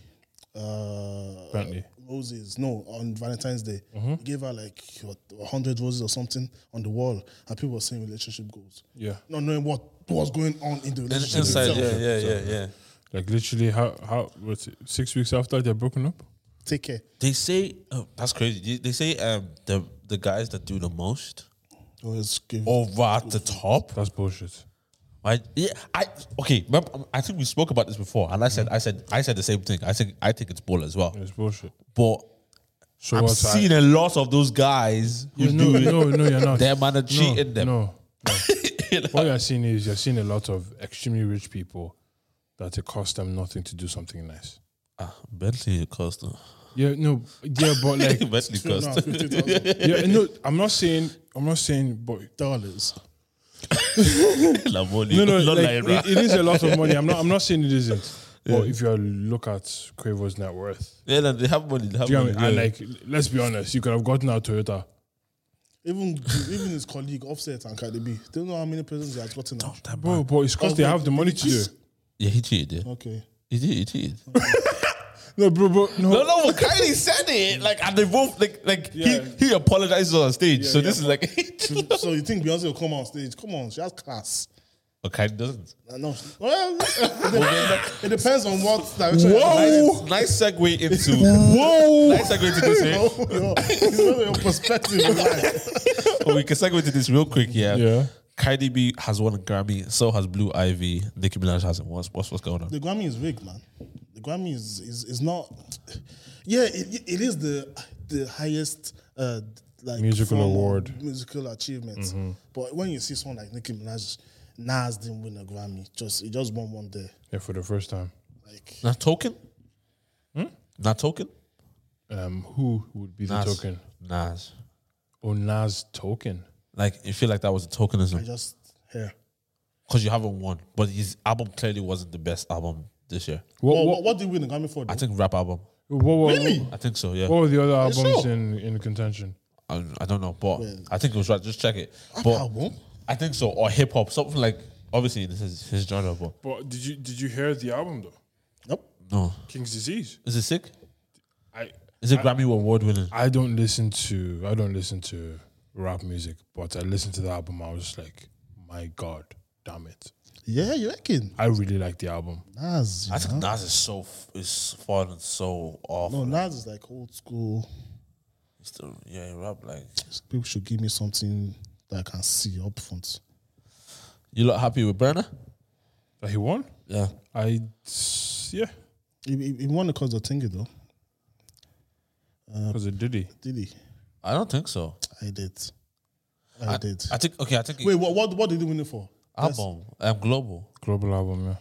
S2: uh,
S4: Bentley.
S2: roses, no, on Valentine's Day,
S4: Mm-hmm.
S2: he gave her like what, hundred roses or something on the wall, and people were saying relationship goals.
S4: Yeah.
S2: not knowing what was going on in the relationship.
S3: Inside,
S2: itself.
S3: yeah, yeah, yeah, yeah.
S4: Like literally, how how what's it? Six weeks after they're broken up.
S2: Take care.
S3: They say oh, that's crazy. They, they say um the the guys that do the most
S2: Oh, it's give-
S3: over at the top.
S4: That's bullshit.
S3: I yeah I okay. remember, um, I think we spoke about this before, and I said I said I said the same thing. I think I think it's bull as well,
S4: It's bullshit.
S3: but.
S4: So
S3: I'm
S4: what's I-
S3: seeing a lot of those guys who
S4: no,
S3: do it.
S4: no, no, you're not.
S3: Their man are cheating them.
S4: No. no. what you're seeing is you're seeing a lot of extremely rich people that it costs them nothing to do something nice.
S3: Ah, Bentley cost.
S4: Yeah, no, yeah, but like,
S3: Bentley
S2: No,
S3: cost.
S2: fifty thousand
S4: yeah, no, I'm not saying, I'm not saying, but
S2: dollars.
S3: Lamoni,
S4: no, no,
S3: not
S4: like,
S3: Naira.
S4: it- it is a lot of money. I'm not, I'm not saying it isn't. But if you look at Quavo's net worth,
S3: yeah, no, they have money. They have
S4: do you know
S3: money.
S4: what I mean?
S3: Mm, yeah.
S4: And like, let's be honest, you could have gotten out Toyota.
S2: Even even his colleague Offset and Cardi B, don't know how many presents he has gotten. Now.
S4: Bro, but it's because they have the money to do it.
S3: yeah, he cheated.
S4: Oh.
S3: Yeah.
S2: Okay.
S3: He did. He cheated.
S4: No, bro, bro, no.
S3: no, no, but Kylie said it. Like, and they both like, like he he apologizes on stage. so this is like,
S2: so you think Beyonce will come on stage? Come on, she has class.
S3: but Kylie doesn't.
S2: Uh, No, well, it depends on what direction.
S3: Nice, nice segue into. Whoa! Nice segue into this. eh?
S2: Your, your, it's not your perspective in life.
S3: But Oh, we can segue into this real quick. Yeah.
S4: Yeah.
S3: Kylie B has won a Grammy. So has Blue Ivy. Nicki Minaj hasn't. What's what's, what's going on?
S2: The Grammy is rigged, man. The Grammy is is, is not. Yeah, it, it is the the highest uh, like
S4: Musical
S2: form of
S4: award. Mm-hmm.
S2: musical achievement. But when you see someone like Nicki Minaj, Nas didn't win a Grammy. Just he just won one there.
S4: Yeah, for the first time.
S2: Like
S3: Not token. Not Hmm? token.
S4: Um, who would be the
S3: Nas.
S4: token?
S3: Nas.
S4: Oh, Nas token.
S3: Like you feel like that was a
S2: I
S3: tokenism
S2: just here.
S3: because you haven't won, but his album clearly wasn't the best album this year.
S4: What,
S2: Well,
S4: what,
S2: what, what did you win the Grammy for?
S3: I
S2: Though?
S3: think rap album.
S4: what, what,
S3: I think so. Yeah.
S4: what were the other
S2: you
S4: albums
S2: sure?
S4: in, in contention?
S3: I, I don't know, but I think it was right. Just check it.
S2: Rap
S3: But
S2: album?
S3: I think so, or hip hop, something like. Obviously, this is his genre, but
S4: But did you did you hear the album though?
S2: Nope.
S3: no,
S4: King's Disease.
S3: is it sick?
S4: I
S3: Is it Grammy award winning?
S4: I don't listen to I don't listen to rap music, but I listened to the album. I was just like, my god, damn it!
S2: Yeah, you reckon?
S4: I really like the album.
S2: Nas. you
S3: I think
S2: know?
S3: Nas is so f- is fun and so off.
S2: No, Nas is like old school.
S3: Still, yeah, he rap like
S2: People should give me something that I can see up front.
S3: you lot happy with Brenner?
S4: That he won.
S3: Yeah,
S4: I yeah,
S2: He, he, he won the cause of Tingy though,
S4: because it did he.
S2: did he?
S3: I don't think so.
S2: I did. I, did.
S3: I think okay. I think
S2: Wait, what, what? What did he win it for?
S3: album. Um, global.
S4: Global album, yeah.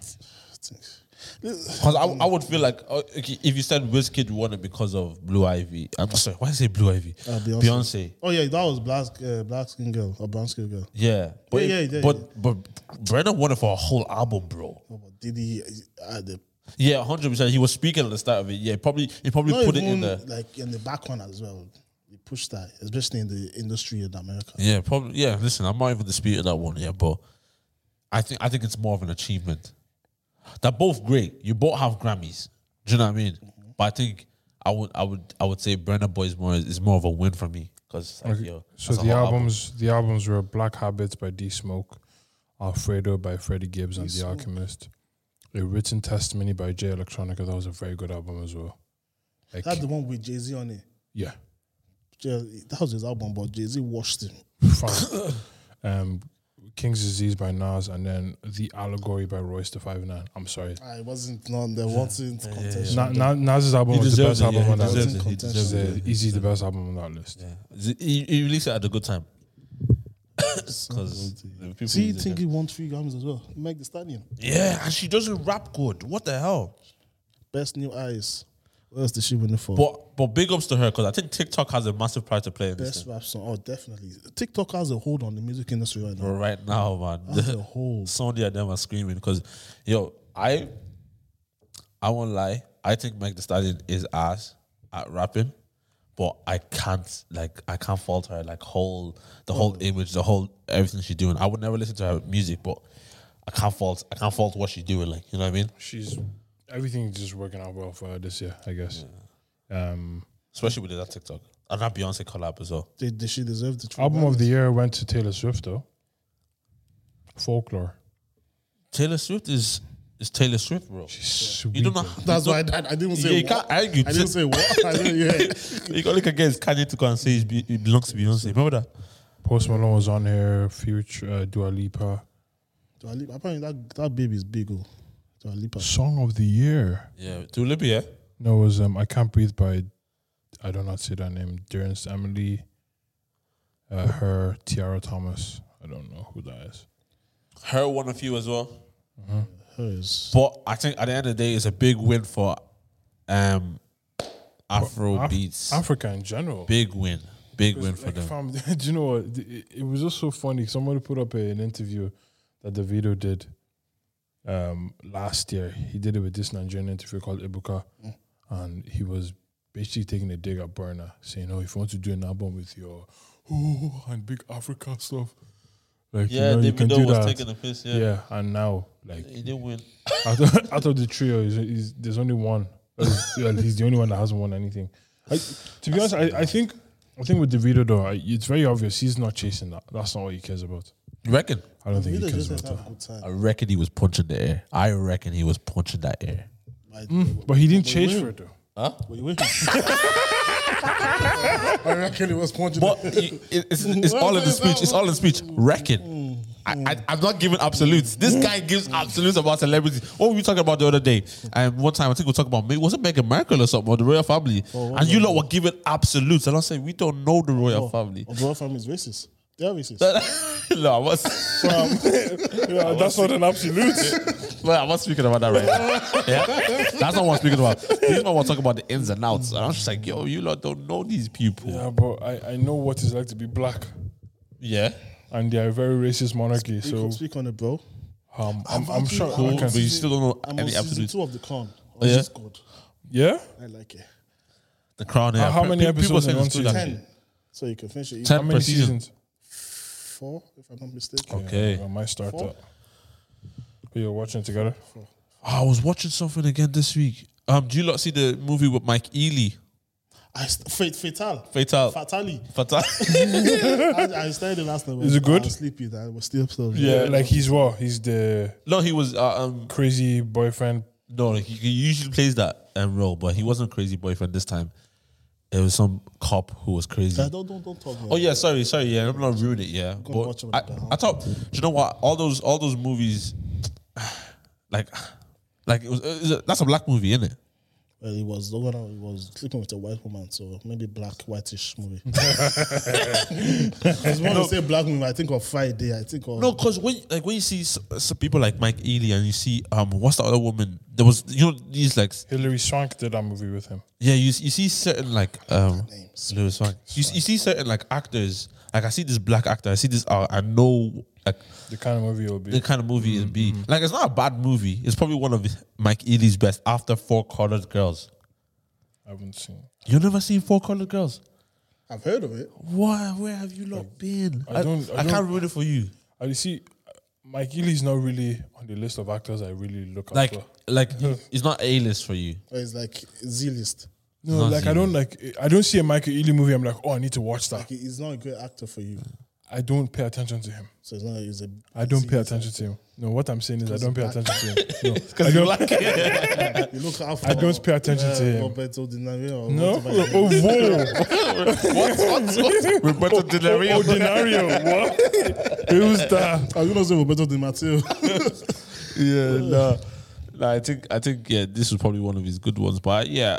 S3: Because I, I would feel like uh, okay, if you said Wizkid won it because of Blue Ivy. I'm sorry, why did I say Blue Ivy?
S2: Uh,
S3: Beyonce.
S2: Beyonce. Oh yeah, that was black uh, black skin girl or brown skin girl.
S3: Yeah, but
S2: Yeah,
S3: it-
S2: yeah, yeah,
S3: but but Brenner won it for a whole album, bro.
S2: Oh, but did he? Uh, the,
S3: Yeah, hundred percent. He was speaking at the start of it. Yeah, probably he probably
S2: not
S3: put
S2: even
S3: it in there.
S2: like in the back one as well. He pushed that, especially in the industry in America.
S3: Yeah, probably. Yeah, listen, I'm not even disputing that one. Yeah, but I think I think it's more of an achievement. They're both great. You both have Grammys. Do you know what I mean?
S2: Mm-hmm.
S3: But I think I would I would I would say Brenner Boys more is, is more of a win for me because like, yo,
S4: So
S3: that's a
S4: the
S3: whole
S4: albums the albums were Black Habits by D Smoke, Alfredo by Freddie Gibbs and The Alchemist, A Written Testimony by Jay Electronica. That was a very good album as well. Like,
S2: That's the one with Jay Z on it.
S4: yeah,
S2: Jay- That was his album, but Jay Z washed him.
S4: fun. um, King's Disease by Nas and then The Allegory by Royce the Five Nine. I'm sorry.
S2: Ah, it wasn't none. There wasn't contention.
S4: Na- Na- Nas's album
S3: He
S4: was the
S3: deserves
S4: best
S3: it.
S4: album
S3: Yeah, he
S4: on that
S3: deserves
S4: list.
S3: it. He
S2: Contention.
S4: It's
S3: deserves it.
S4: the- easily the best album on that list.
S3: Yeah. He, he released it at a good time because people.
S2: See,
S3: use it.
S2: think he won three Grammys as well. Meg The Stallion,
S3: yeah, and she doesn't rap good. What the hell?
S2: best new eyes. What else did she win it for?
S3: But but big ups to her because I think TikTok has a massive part to play in this.
S2: best
S3: thing.
S2: rap song. Oh, definitely. TikTok has a hold on the music industry right now.
S3: Bro, right now, man.
S2: As a whole.
S3: Sony and them are screaming because, yo, I, I won't lie. I think Meg The Stallion is ass at rapping, but I can't like I can't fault her like whole the whole image, the whole everything she's doing. I would never listen to her music, but I can't fault I can't fault what she's doing. Like you know what I mean?
S4: She's everything's just working out well for her this year, I guess. Um,
S3: Especially with that TikTok and that Beyonce collab as well.
S2: Did, did she deserve the three
S4: Album of the
S2: Grammys?
S4: year went to Taylor Swift though. Folklore.
S3: Taylor Swift is is Taylor Swift, bro.
S4: Sweet.
S3: You don't know.
S2: That's
S3: you
S2: why I,
S3: don't-
S2: I didn't
S3: Yeah,
S2: say.
S3: you
S2: what.
S3: can't argue.
S2: I didn't say what. I didn't, yeah.
S3: You got look against Kanye to go and say he's be, he belongs to Beyonce. Remember that?
S4: Post Malone was on here. Future, uh, Dua Lipa.
S2: Dua Lipa. Apparently, that, that baby's big. Oh, Dua Lipa.
S4: Song of the year.
S3: Yeah, to Libya.
S4: No, it was um, I Can't Breathe by, I don't know how to say that name. Durance Emily. Uh, her Tiara Thomas. I don't know who that is.
S3: Her one of you as well.
S2: Hers.
S3: But I think at the end of the day, it's a big win for um, Afro
S4: Af-
S3: beats.
S4: Africa in general.
S3: big win, big win
S4: Because,
S3: for them.
S4: like, fam, do you know what? It, it was just so funny. Somebody put up a- an interview that the video did um, last year. He did it with this Nigerian interview called Ibuka,
S3: Mm.
S4: and he was basically taking a dig at Burner, saying, "Oh, if you want to do an album with your oh and big Africa stuff, like
S3: Yeah,
S4: you know, you can do
S3: Davido was
S4: that."
S3: taking a piss.
S4: yeah.
S3: Yeah.
S4: and now like
S3: he didn't win.
S4: out of, out of the trio, he's, he's, there's only one. Well, he's the only one that hasn't won anything. I, to be honest, I, I think I think with Davido though, I, it's very obvious he's not chasing that. That's not what he cares about.
S3: You reckon?
S4: I don't think
S2: Dua
S4: he
S2: Lipa
S4: cares
S2: just
S4: about
S2: doesn't have
S4: that.
S2: a good time.
S3: I reckon he was punching the air. I reckon he was punching that air.
S2: Like,
S4: But he didn't chase for it though.
S2: Were you with me? I reckon it was punching.
S3: But you- it- it's, it's all in the speech. It's all in the speech. Reckon. I, I, I'm not giving absolutes. This guy gives absolutes about celebrities. What were we talking about the other day? And one time, I think we were talking about, was it Meghan Markle or something, or the royal family?
S2: Oh,
S3: and you lot were giving absolutes. And I said, we don't know the royal family.
S2: Oh, bro, family is racist. They are racist.
S3: no, I was,
S4: Uh, that's not an absolute.
S3: well, I'm not speaking about that right now. Yeah? That's not what I'm speaking about. This one was talking about the ins and outs. And I was just like, yo, you lot don't know these people.
S4: yeah, but I, I know what it's like to be black,
S3: Yeah.
S4: and they are a very racist monarchy.
S2: you
S4: So
S2: could speak on it, bro.
S4: um, I'm, I'm
S2: actually-
S4: sure.
S2: I'm
S4: I
S3: But
S4: can,
S3: you still don't know
S2: I'm on
S3: any
S2: season
S3: absolutes.
S2: two of the con. Oh,
S3: yeah?
S2: it's good.
S4: yeah,
S2: I like it.
S3: The crown.
S4: How-
S3: yeah.
S4: how many
S3: Pe- people
S4: episodes
S3: saying
S4: in
S3: it's
S4: one
S3: too
S4: season?
S3: long.
S2: Ten. So you can finish it.
S4: How
S6: Ten
S4: many
S6: per season.
S4: seasons?
S2: Four, if I'm not mistaken.
S6: Okay.
S4: Yeah, I might start
S2: Four.
S4: that. We were watching it together.
S6: "Oh, I was watching something again this week. Um, do you lot see the movie with Mike Ealy?
S2: I st- Fate Fatal.
S6: Fatal.
S2: Fatally.
S6: Fatal.
S2: I, I started last night.
S4: Is it good?
S2: I was sleepy. That I was still still.
S4: Yeah, like he's what? He's the
S6: no, he was. Uh, um,
S4: crazy boyfriend.
S6: no, he, he usually plays that um, role, but he wasn't crazy boyfriend this time. It was some cop who was crazy.
S2: I don't don't don't talk.
S6: Oh yeah, sorry, sorry. Yeah, I'm not ruining it. Yeah,
S2: watch
S6: but
S2: it
S6: I,
S2: with the-
S6: I thought, do you know what? All those, all those movies, like, like it was. it was a- that's a black movie, isn't it?
S2: Well, he was the one who was sleeping with a white woman, so maybe black whitish movie. Because when I say black movie, I think of Friday. I think of
S6: No, because when like when you see s uh, some people like Mike Ealy and you see um what's the other woman? There was you know these like
S4: Hilary Swank did that movie with him.
S6: yeah you you see certain like um
S2: names.
S6: Lewis Swank. You, you see certain like actors like I see this black actor I see this uh, I know like
S4: The kind of movie it will be.
S6: the kind of movie it'd be like it's not a bad movie it's probably one of Mike Ealy's best after Four Colored Girls.
S4: I haven't seen.
S6: You never seen Four Colored Girls?
S2: I've heard of it.
S6: Why? Where have you not been?
S4: I don't- I
S6: I can't
S4: don't-
S6: ruin it for you.
S4: And Uh, you see, Mike Ealy's not really on the list of actors I really look
S6: Like,
S4: after.
S6: like it's not a list for you.
S2: Or It's like Z list.
S4: No,
S6: Not
S4: like I
S6: Zero.
S4: don't like. I don't see a Michael Ealy movie. I'm like, oh, I need to watch that.
S2: Like he's not a great actor for you,
S4: I don't pay attention to him.
S2: so it's not. He's a.
S4: I don't pay
S2: Z-list
S4: attention to him. No, what I'm saying is I don't pay attention to him. No,
S6: Because you like it.
S2: actor. You look out for.
S4: I don't pay attention to him.
S2: Roberto Di Maria or
S4: no.
S2: whatever his name
S4: Oh, whoa.
S6: Roberto Di Maria.
S4: Ordinario. What? Who's that?
S2: is. Are you not saying Roberto Di Matteo?
S6: yeah, no. no, I think I think yeah, this was probably one of his good ones. But yeah,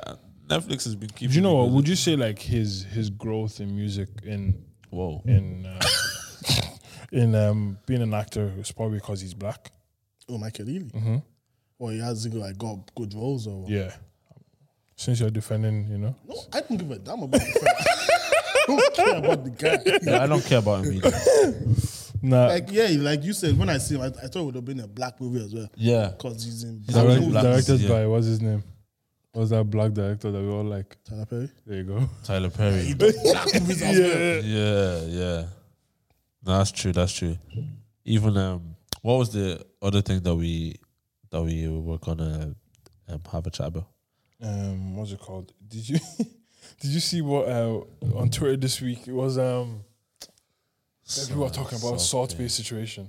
S6: Netflix has been keeping.
S4: Do you know
S6: me
S4: what?
S6: busy.
S4: Would you say like his his growth in music in
S6: Whoa,
S4: in uh, in um, being an actor is probably because he's black?
S2: oh, Michael Ealy. Or he has like got good roles or.
S4: Mm-hmm. Yeah. Since you're defending, you know.
S2: No, I don't give a damn about. the guy. I don't care about the guy.
S6: yeah, I don't care about him. Either.
S4: Nah,
S2: Like yeah, like you said, when I see him, I, I thought it would have been a black movie as well.
S6: Yeah,
S2: Because he's in
S6: Direct-
S2: black
S4: direct,
S2: movie.
S6: black-
S4: directed
S6: yeah.
S4: by what's his name? What's that black director that we all like?
S2: Tyler Perry.
S4: There you go.
S6: Tyler Perry.
S2: black movies as well.
S6: Yeah, yeah. No, that's true. That's true. Even um, what was the other thing that we that we were gonna um, have a chat about?
S4: um what's it called did you did you see what uh on twitter this week it was um that people are talking about salt based situation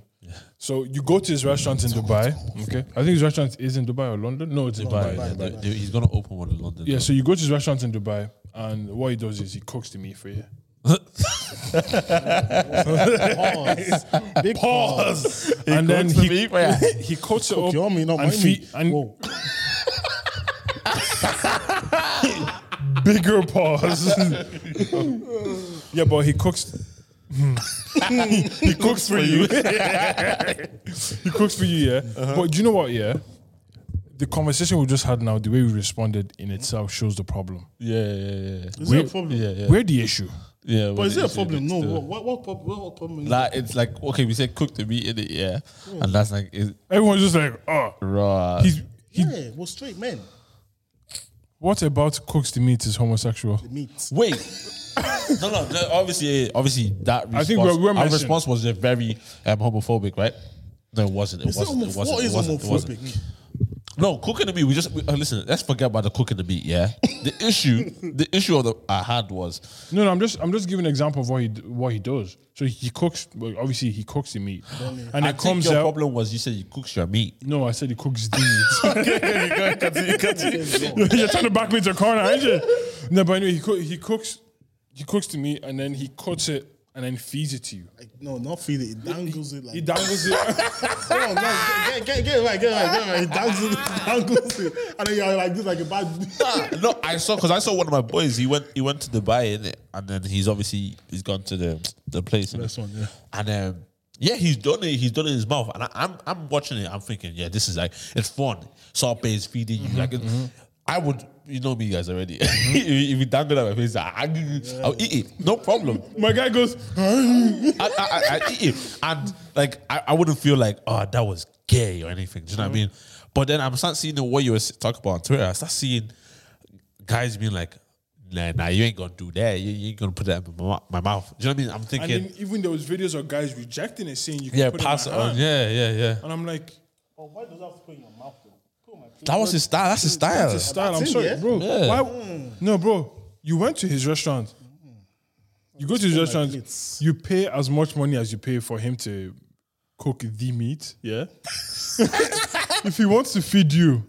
S4: so you go to his restaurant in dubai okay i think his restaurant is in dubai or london no it's in dubai,
S6: Dubai, yeah,
S2: Dubai,
S6: they-
S2: Dubai.
S6: they- He's gonna open one in London.
S4: yeah so you go to his restaurant in dubai and what he does is he cooks the meat for you
S2: Pause. Big pause.
S4: and then
S6: cooks the
S4: he,
S6: meat for you.
S4: he coats it
S2: Cook
S4: up
S2: your meat, not
S4: and
S2: my
S4: feet
S2: meat.
S4: and
S2: Whoa.
S4: bigger paws. yeah, but he cooks. he cooks for you. he cooks for you, yeah.
S6: Uh-huh.
S4: But do you know what? Yeah, the conversation we just had now, the way we responded in itself shows the problem.
S6: yeah, yeah, yeah.
S2: Is it a problem? Yeah,
S4: We're the issue.
S6: yeah
S2: But
S6: when
S2: is it a
S6: it's-
S2: problem?
S6: it's
S2: No.
S6: the-
S2: What, what, what, prob- what problem is
S6: Like Uh, it's like okay, we said cook the meat in it, yeah, and that's like it's
S4: Everyone's just like, oh,
S6: raw.
S4: he's he.
S2: it? Yeah, we're straight men.
S4: What about cooks the meat is homosexual?
S2: The meat.
S6: Wait, no, no, no, obviously, obviously that. Response,
S4: I think we're- we're
S6: our
S4: missing-
S6: response was uh, very um, homophobic, right? No, it wasn't. It
S2: Is it
S6: wasn't. It
S2: homophobic?
S6: wasn't.
S2: What
S6: It
S2: is
S6: wasn't. It wasn't.
S2: homophobic?
S6: No, cooking the meat. We just we, uh, listen. Let's forget about the cooking the meat. Yeah, the issue, the issue of the I had was
S4: No, no, I'm just I'm just giving an example of what he d- what he does. So he cooks. Well, obviously, he cooks the meat, and
S6: I
S4: it
S6: think
S4: comes
S6: your
S4: out.
S6: problem was you said you cooks your meat.
S4: No, I said he cooks deeds. You're trying to back me to a corner, aren't you? No, but anyway, he, cook, he cooks, he cooks to me, and then he cuts it and then feeds it to you.
S2: Like, no, not feed it. It dangles it like. Oh,
S4: He dangles it.
S2: no, no, get, get, get it right, get it right, get it right. It dangles it, dangles it. And then you're like this, like a bad.
S6: Nah, no, I saw because I saw one of my boys. He went he went to Dubai in it, and then he's obviously he's gone to the the place. innit?
S2: Restaurant, yeah.
S6: And um, yeah, he's done it. He's done it in his mouth, and I, I'm I'm watching it. I'm thinking, yeah, this is like it's fun. Sope is feeding you. Like it, I would, you know me guys already. if you- if you dangle at my face, I, will eat it, no problem.
S4: My guy goes,
S6: I, I, I, I eat it, and like I, I wouldn't feel like oh that was gay or anything. Do you know
S4: Mm.
S6: what I mean? But then I'm start seeing what you were s- talking about on Twitter. I start seeing guys being like, nah, nah, you ain't gonna do that. You, you ain't gonna put that in my, mou- my mouth. Do you know what I mean? I'm
S4: And
S6: thinking,
S4: then even there was videos of guys rejecting it, saying you can
S6: yeah,
S4: put
S6: pass
S4: it
S6: it
S4: in my
S6: on.
S4: hand.
S6: Yeah, yeah, yeah.
S4: And I'm like,
S2: But Oh, why does that have to put in your mouth though? Put my
S6: That was his style. That's his style.
S4: That's his style. I'm
S2: That's it,
S4: sorry,
S2: yeah?
S4: bro.
S6: Yeah.
S4: Why? No, bro. You went to his restaurant. You go to his restaurant.
S2: Oh plates.
S4: You pay as much money as you pay for him to cook the meat. Yeah. if he wants to feed you,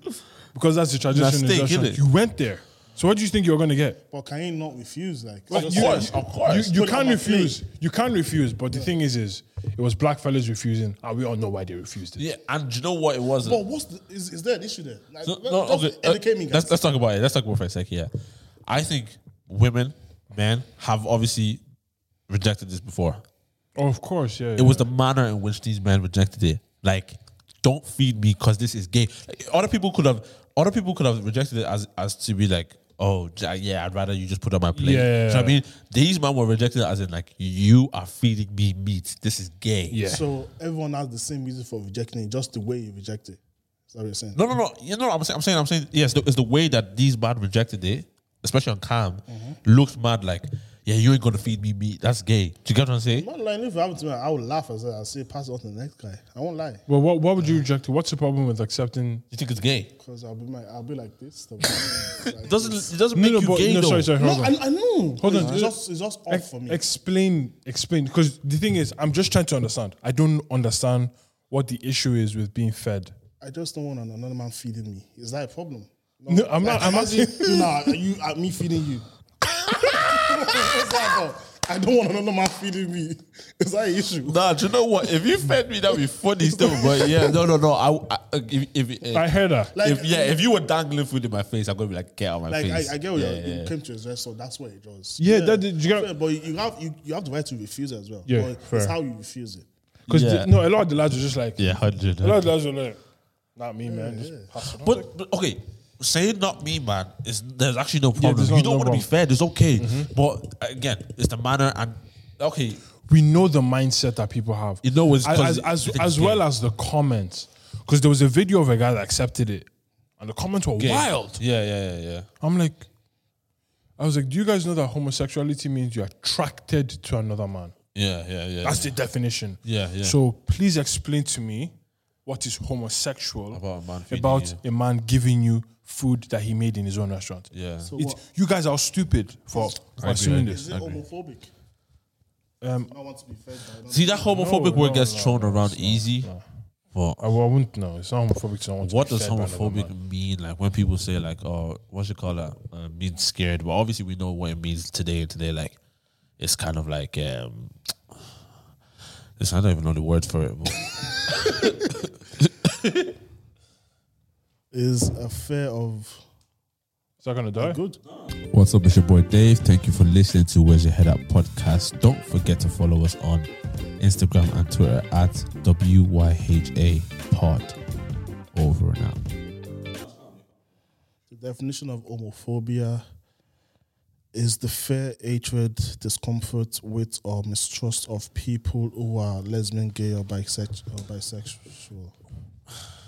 S4: because that's the tradition in his
S6: steak,
S4: restaurant.
S6: innit?
S4: You went there. So what do you think you're gonna get?
S2: But can you not refuse? Like,
S4: You-
S6: of
S4: You, you
S2: Put it on
S4: can't
S2: my
S4: refuse. You can't refuse. But the thing is, is it was black fellas refusing, and we all know why they refused it.
S6: yeah, and do you know what it was?
S2: But what's the, is, is there an issue there? Like,
S6: No,
S2: let-
S6: no,
S2: just
S6: okay. uh,
S2: Educate me, guys.
S6: let's, let's talk about it. Let's talk about it for a second. Yeah, I think women, men have obviously rejected this before.
S4: Oh, of course, yeah.
S6: It was the manner in which these men rejected it. Like, don't feed me because this is gay. Like, other people could have. Other people could have rejected it as as to be like, oh j- yeah, I'd rather you just put on my plate.
S4: Yeah, yeah,
S6: Do you know what I
S4: yeah.
S6: mean, these men were rejected as in like, you are feeding me meat. This is gay.
S4: yeah.
S2: So everyone has the same reason for rejecting it, just the way you reject it. Is that what you're saying?
S6: No, no, no. You know, I'm saying, I'm saying, I'm saying. Yes, it's the way that these men rejected it, especially on Cam, looks mad. Like, yeah, you ain't gonna feed me meat. That's gay. Do you get what I'm saying?
S2: Not lying. If it happened to me, I would laugh as well. I'll say, pass it on to the next guy. I won't lie.
S4: Well, what, what would you reject? What's the problem with accepting?
S6: You think it's gay?
S2: Because I'll be my, I'll be like this. I'll be like-
S6: It doesn't. It doesn't make you
S4: but-
S6: gay though.
S4: sorry, sorry,
S2: no,
S4: hold on.
S2: I, I know.
S4: Hold on. Uh,
S2: It's just, it's just off
S4: Ex-
S2: for me.
S4: Explain, explain, because the thing is, I'm just trying to understand. I don't understand what the issue is with being fed.
S2: I just don't want another man feeding me. Is that a problem?
S4: No, I'm not- I'm
S2: asking. Nah, are you, are me feeding you. What's that about? I don't want another man feeding me. Is that an issue?
S6: Nah, do you know what? If you fed me, that'd be funny still. But yeah, no, no, no. I, I if, if, uh,
S4: I heard that.
S2: Like-
S6: if yeah, if you were dangling food in my face, I'm gonna be like, get out of my
S2: Like
S6: face.
S2: I, I get what
S6: yeah,
S2: you're- you
S6: yeah.
S2: came to his rest, so that's what it does.
S4: Yeah, that- you got-
S2: Fair, but you have you, you have the right to refuse as well.
S4: Yeah,
S2: but
S4: fair.
S2: it's how you refuse it.
S4: Because
S6: Yeah.
S4: no, a lot of the lads are just like,
S6: Yeah, hundred.
S4: a lot of the lads are like, not me, man. Just pass it on.
S6: But, but okay, saying not me, man, is there's actually no problem.
S4: there's no-
S6: you don't
S4: no Mm-hmm.
S6: want to be
S4: wrong.
S6: fed, it's okay. But again, it's the manner and okay,
S4: we know the mindset that people have.
S6: You know, it's
S4: as
S6: 'cause
S4: as, as,
S6: they think
S4: as
S6: it's
S4: well
S6: gay.
S4: as the comments, because there was a video of a guy that accepted it, and the comments were wild.
S6: Yeah, yeah, yeah, yeah.
S4: I'm like, I was like, do you guys know that homosexuality means you're attracted to another man?
S6: Yeah, yeah, yeah.
S4: That's the definition.
S6: Yeah, yeah.
S4: So please explain to me what is homosexual
S6: About a man feeding
S4: about
S6: you.
S4: a man giving you food that he made in his own restaurant.
S6: yeah.
S4: It, you guys are stupid for, for
S6: agree, I
S4: assuming
S6: agree.
S4: this.
S2: Is it homophobic? Um, I want to be fed. By another-
S6: See that homophobic
S4: No,
S6: word
S4: no,
S6: gets
S4: no,
S6: thrown around easy.
S4: I, I wouldn't know. It's not homophobic to someone.
S6: But what does homophobic mean? Like when people say like, oh, what you call that? Uh, means scared. But obviously we know what it means today and today. Like it's kind of like um, this. I don't even know the word for it. but-
S2: Is a fear of
S4: Is that gonna die?
S2: good.
S6: What's up, it's your boy Dave. Thank you for listening to Where's Your Head Up podcast. Don't forget to follow us on Instagram and Twitter at WYHA Pod. Over and out.
S2: The definition of homophobia is the fear, hatred, discomfort with, or mistrust of people who are lesbian, gay, or bisexual. Or bisexual.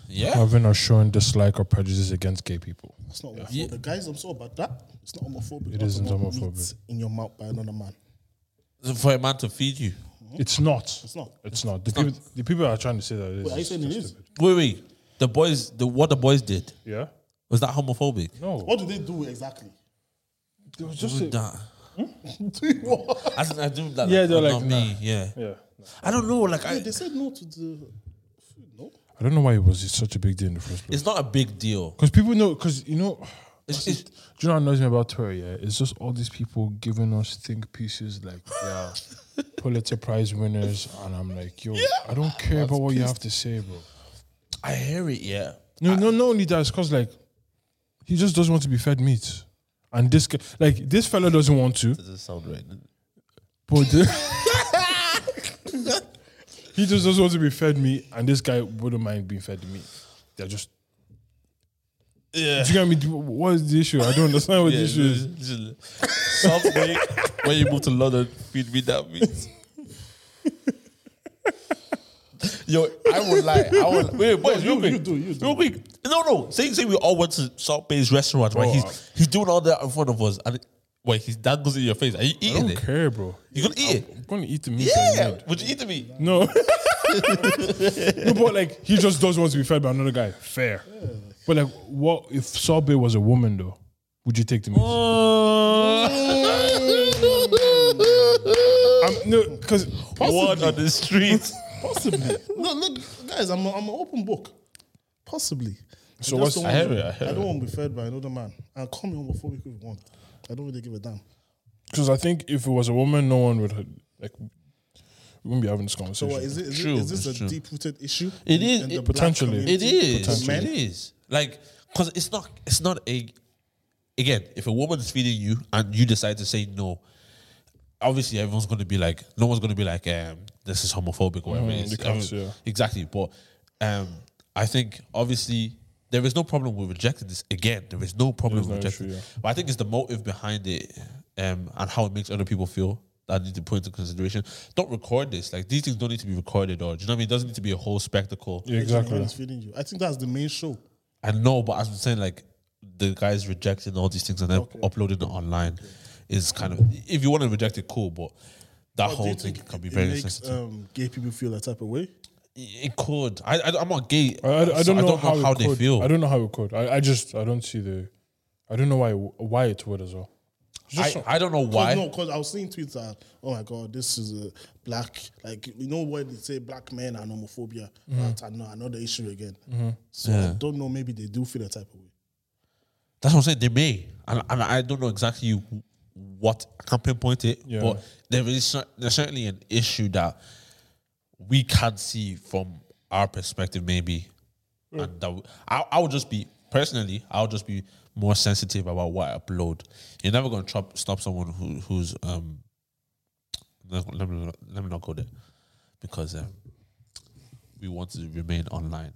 S6: Yeah.
S4: Having or showing dislike or prejudice against gay people.
S2: That's not homophobic.
S6: Yeah.
S2: The guys, I'm sorry about that. It's not homophobic.
S4: It
S2: That's
S4: isn't
S2: about
S4: homophobic.
S2: meat In your mouth by another man.
S6: For a man to feed you.
S4: It's not.
S2: It's not.
S4: It's not. The, people, the people are trying to say that. It is.
S2: Wait, are you
S4: It's
S2: saying it
S4: just
S2: is?
S4: stupid.
S6: Wait, wait. The boys, the what the boys did,
S4: Yeah.
S6: was that homophobic?
S4: No.
S2: What do they do exactly?
S4: There was just a,
S6: Nah.
S2: What?
S6: I, I do that.
S4: Yeah, they're
S6: not
S4: like,
S6: me. Yeah.
S4: yeah.
S6: I don't know. Like, I,
S2: they said no to the food, no?
S4: I don't know why it was such a big deal in the first place.
S6: it's not a big deal.
S4: Because people know, because you know,
S6: It's-
S4: do you know what annoys me about Twitter? Yeah, it's just all these people giving us think pieces like they are Pulitzer Prize winners, and I'm like, yo, I don't care about what you have to say, bro.
S6: I hear it. Yeah.
S4: No, no, not only that, it's because like he just doesn't want to be fed meat, and this guy- like this fellow doesn't want to,
S6: Doesn't sound right.
S4: but the- he just doesn't want to be fed meat, and this guy wouldn't mind being fed meat. They're just.
S6: Yeah.
S4: Do you get me? What is the issue? I don't understand what the issue is.
S6: Something when you move to London, feed me that meat. Yo, I would lie. I would wait, boys.
S2: you-
S6: real quick,
S2: you do, you do.
S6: real quick. No, no. Say, say we all went to South Bay's restaurant, right? He's he's doing all that in front of us, and Wait, he's, that goes in your face. Are you
S4: I
S6: eating
S4: don't
S6: it?
S4: care, bro.
S6: You gonna eat it?
S4: I'm gonna eat the meat. that he
S6: Yeah.
S4: made.
S6: Would you eat the meat?
S4: No. no, but like he just doesn't want to be fed by another guy. Fair. But like, what if Sobe was a woman though? Would you take the meat? I'm, no, because
S6: One on the street.
S2: Possibly. no, look, guys, I'm, a, I'm an open book. Possibly. So
S4: what's-
S6: I hear it, I hear
S2: don't
S6: it.
S2: want to be fed by another man. I'll call me homophobic if you want. I don't really give a damn.
S4: because I think if it was a woman, no one would like. We wouldn't be having this
S2: So
S4: conversation.
S2: what, is, it, is,
S6: True,
S2: it, is this
S6: it's
S2: a
S6: true.
S2: deep-rooted issue?
S6: It
S2: in-
S6: is,
S2: in
S6: it-
S2: the black
S4: Potentially.
S6: It
S2: community?
S6: is. It
S2: Potentially.
S6: is. Like, because it's not, it's not a, again, if a woman's feeding you and you decide to say no, obviously everyone's going to be like, no one's going to be like, um, this is homophobic or whatever.
S4: Mhm,
S6: it is.
S4: the cops,
S6: Everyone-
S4: yeah.
S6: Exactly. But um, I think, obviously, there is no problem with rejecting this. Again, there is no problem with
S4: no
S6: rejecting
S4: issue, yeah.
S6: But I think it's the motive behind it um, and how it makes other people feel. That need to put into consideration. Don't record this. Like these things don't need to be recorded, or do you know what I mean? It doesn't need to be a whole spectacle.
S4: yeah,
S2: Man
S4: exactly.
S2: is feeding you. I think that's the main show.
S6: I know, but as I'm saying, like the guys rejecting all these things and then uploading it online is kind of if you want to reject it, cool. But that
S2: But do you
S6: whole thing
S2: think
S6: can be
S2: it
S6: very
S2: makes,
S6: sensitive.
S2: um, gay people feel that type of way.
S6: it could. I, I I'm not gay.
S4: I, I, I
S6: so
S4: don't know how, it
S6: they
S4: could.
S6: feel.
S4: I don't know how it could. I, I just I don't see the. I don't know why why it would as well. It's just
S6: I, I don't know
S2: Cause
S6: why.
S2: No, because I was seeing tweets that, oh my god, this is a black, like you know what they say, black men and homophobia.
S6: Mm-hmm.
S2: That's an- another issue again. So I don't know. Maybe they do feel that type of way.
S6: That's what I'm saying. They may, and, and I don't know exactly wh- what I can pinpoint it,
S4: Yeah.
S6: but there is cer- there's certainly an issue that we can't see from our perspective, maybe. And that w- I, I would just be personally, I would just be more sensitive about what I upload. You're never gonna chop, stop someone who who's um. Let let me, let me not go there, because um, we want to remain online.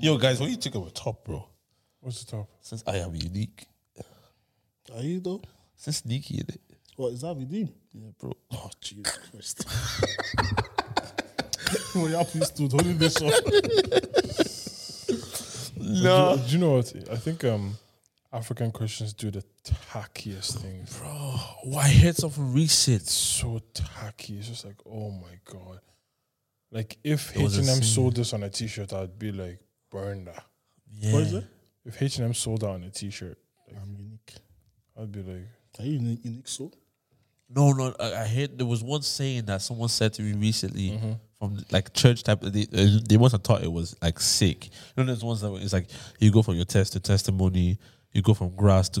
S6: Yo, guys, what do you think of a top, bro?
S4: what's the top?
S6: Since I am unique.
S2: Are you though?
S6: Since sneaky in it.
S2: What is that with him?
S6: Yeah, bro.
S2: Oh Jesus Christ! oh yeah, please dude, holding this up.
S4: No. Do, you- do you know what? I think um, African Christians do the tackiest things.
S6: Oh, I heard something recent.
S4: So tacky. It's just like, oh my god. Like if
S6: There was a
S4: H and M
S6: scene.
S4: sold this on a T-shirt, I'd be like, burn that.
S6: Yeah.
S2: What is it?
S4: If H and M sold that on a T-shirt,
S2: I'm unique.
S4: I'd be like,
S2: Are you uni- unique? So
S6: No, no. I, I heard there was one saying that someone said to me recently
S4: Mm-hmm.
S6: from like church type. They, uh, they must have thought it was like sick. You know, there's ones that were- it's like you go from your test to testimony. You go from grass to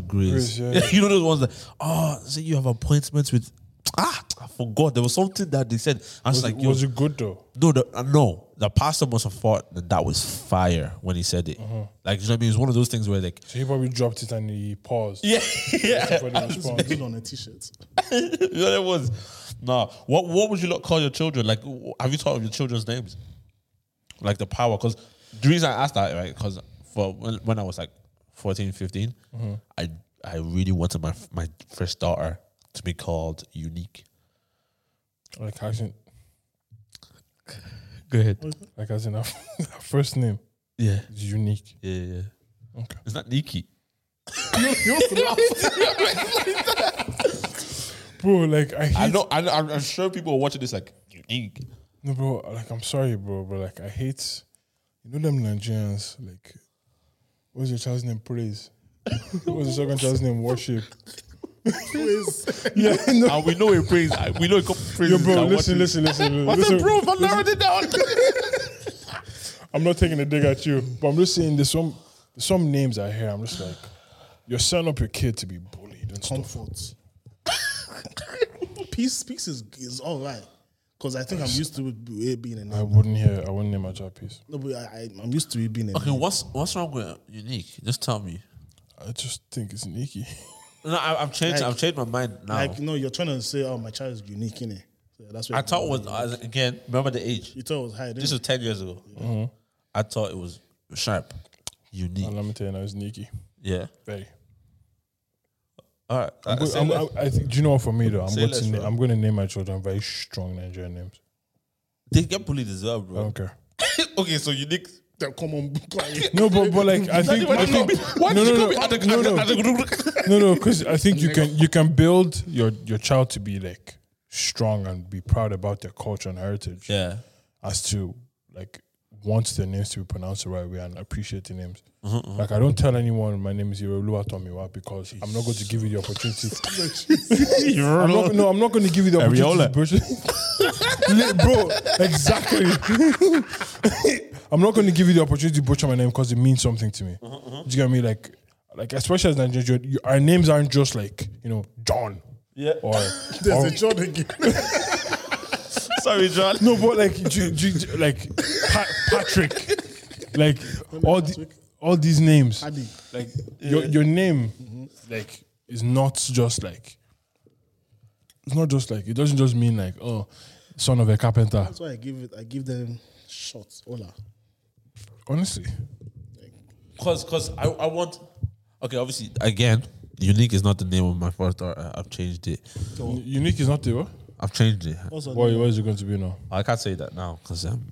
S4: Grace,
S6: grace.
S4: yeah.
S6: you know those ones that oh, so you have appointments with ah, I forgot. There was something that they said. I was,
S4: was,
S6: like,
S4: it,
S6: yo,
S4: was it good though?
S6: No, the, uh, no. The pastor must have thought that that was fire when he said it.
S4: Mm-hmm.
S6: Like, you know what I mean? It was one of those things where, like,
S4: So he probably dropped it and he paused.
S6: yeah, yeah.
S4: For the response.
S2: good on a t-shirt.
S6: you know what it was? Nah. What What would you lot call your children? Like, w- have you thought of your children's names? Like the power? Because the reason I asked that, right? Because for when, when I was like 14, 15, I I really wanted my my first daughter to be called unique.
S4: Like as in,
S6: Go ahead.
S4: like as in, her first name
S6: Yeah.
S4: is unique.
S6: Yeah. Yeah.
S4: Okay.
S6: Is that Nikki?
S4: Bro, like I, hate,
S6: I know. I, know- I'm, I'm sure people are watching this like unique.
S4: No, bro. Like, I'm sorry, bro, but like, I hate. You know them Nigerians. Like, what's your child's name? Praise. what's your second child's name? Worship. yeah, no.
S6: and we know it praise. We know it comes praise.
S4: Yo, bro, listen, listen, listen, listen. listen.
S6: I'm narrowing it down.
S4: I'm not taking a dig at you, but I'm just saying there's some there's some names I hear. I'm just like, you're setting up your kid to be bullied and stuff.
S2: comfort. peace, peace is is all right because I think I'm used to it be- it being a
S4: I
S2: name.
S4: wouldn't hear. I wouldn't name my child peace.
S2: No, but I, I, I'm used to it being a
S6: Okay,
S2: name.
S6: what's what's wrong with unique? Just tell me.
S4: I just think it's sneaky.
S6: No, I, I've changed. I've changed my mind now.
S2: Like no, you're trying to say, oh, my child is unique, innit? So that's what
S6: I thought it was I was- again. Remember the age.
S2: you thought it was high.
S6: This was ten years ago. I thought it was sharp, unique.
S4: And let me tell you now, it's sneaky.
S6: Yeah.
S4: Very.
S6: All right. Uh,
S4: I'm go- I'm- I'm- I think. Do you know what for me though? I'm
S6: Say
S4: going
S6: less,
S4: to. Na-
S6: bro.
S4: I'm going to name my children very strong Nigerian names.
S6: they get bullied as
S4: I
S6: well, bro.
S4: don't care.
S6: okay, so unique
S2: They'll come on. quiet.
S4: No, but but like I think I think
S6: Why
S4: no
S6: did
S4: no
S6: you
S4: no
S6: call me at the-
S4: no
S6: at the-
S4: no
S6: at the-
S4: no no because I think you can you can build your your child to be like strong and be proud about their culture and heritage
S6: Yeah.
S4: as to like wants their names to be pronounced the right way and appreciate the names. Like I don't tell anyone my name is Irolua Tomiwa because I'm not going to give you the opportunity. I'm not, no, I'm not going to give you the opportunity.
S1: Areola.
S4: to butcher- Li- bro, exactly. I'm not going to give you the opportunity to butcher my name because it means something to me. Do you get me? Like, like especially as Nigerians, you- our names aren't just like you know John. Yeah. Or,
S2: There's
S4: or-
S2: a John again.
S6: Sorry, John.
S4: no, but like, do, do, do- like pa- Patrick, like all the, all these names,
S2: Adi.
S4: like your your name, like is not just like it's not just like it doesn't just mean like oh, son of a carpenter.
S2: That's why I give it. I give them shots. Hola.
S4: Honestly,
S6: Cause, cause I, I want. Okay, obviously, again, unique is not the name of my first daughter. I've changed it.
S4: U- unique is not the what.
S6: I've changed it.
S2: What's her
S4: Why,
S2: name?
S4: why is it going to be now?
S6: I can't say that now because um,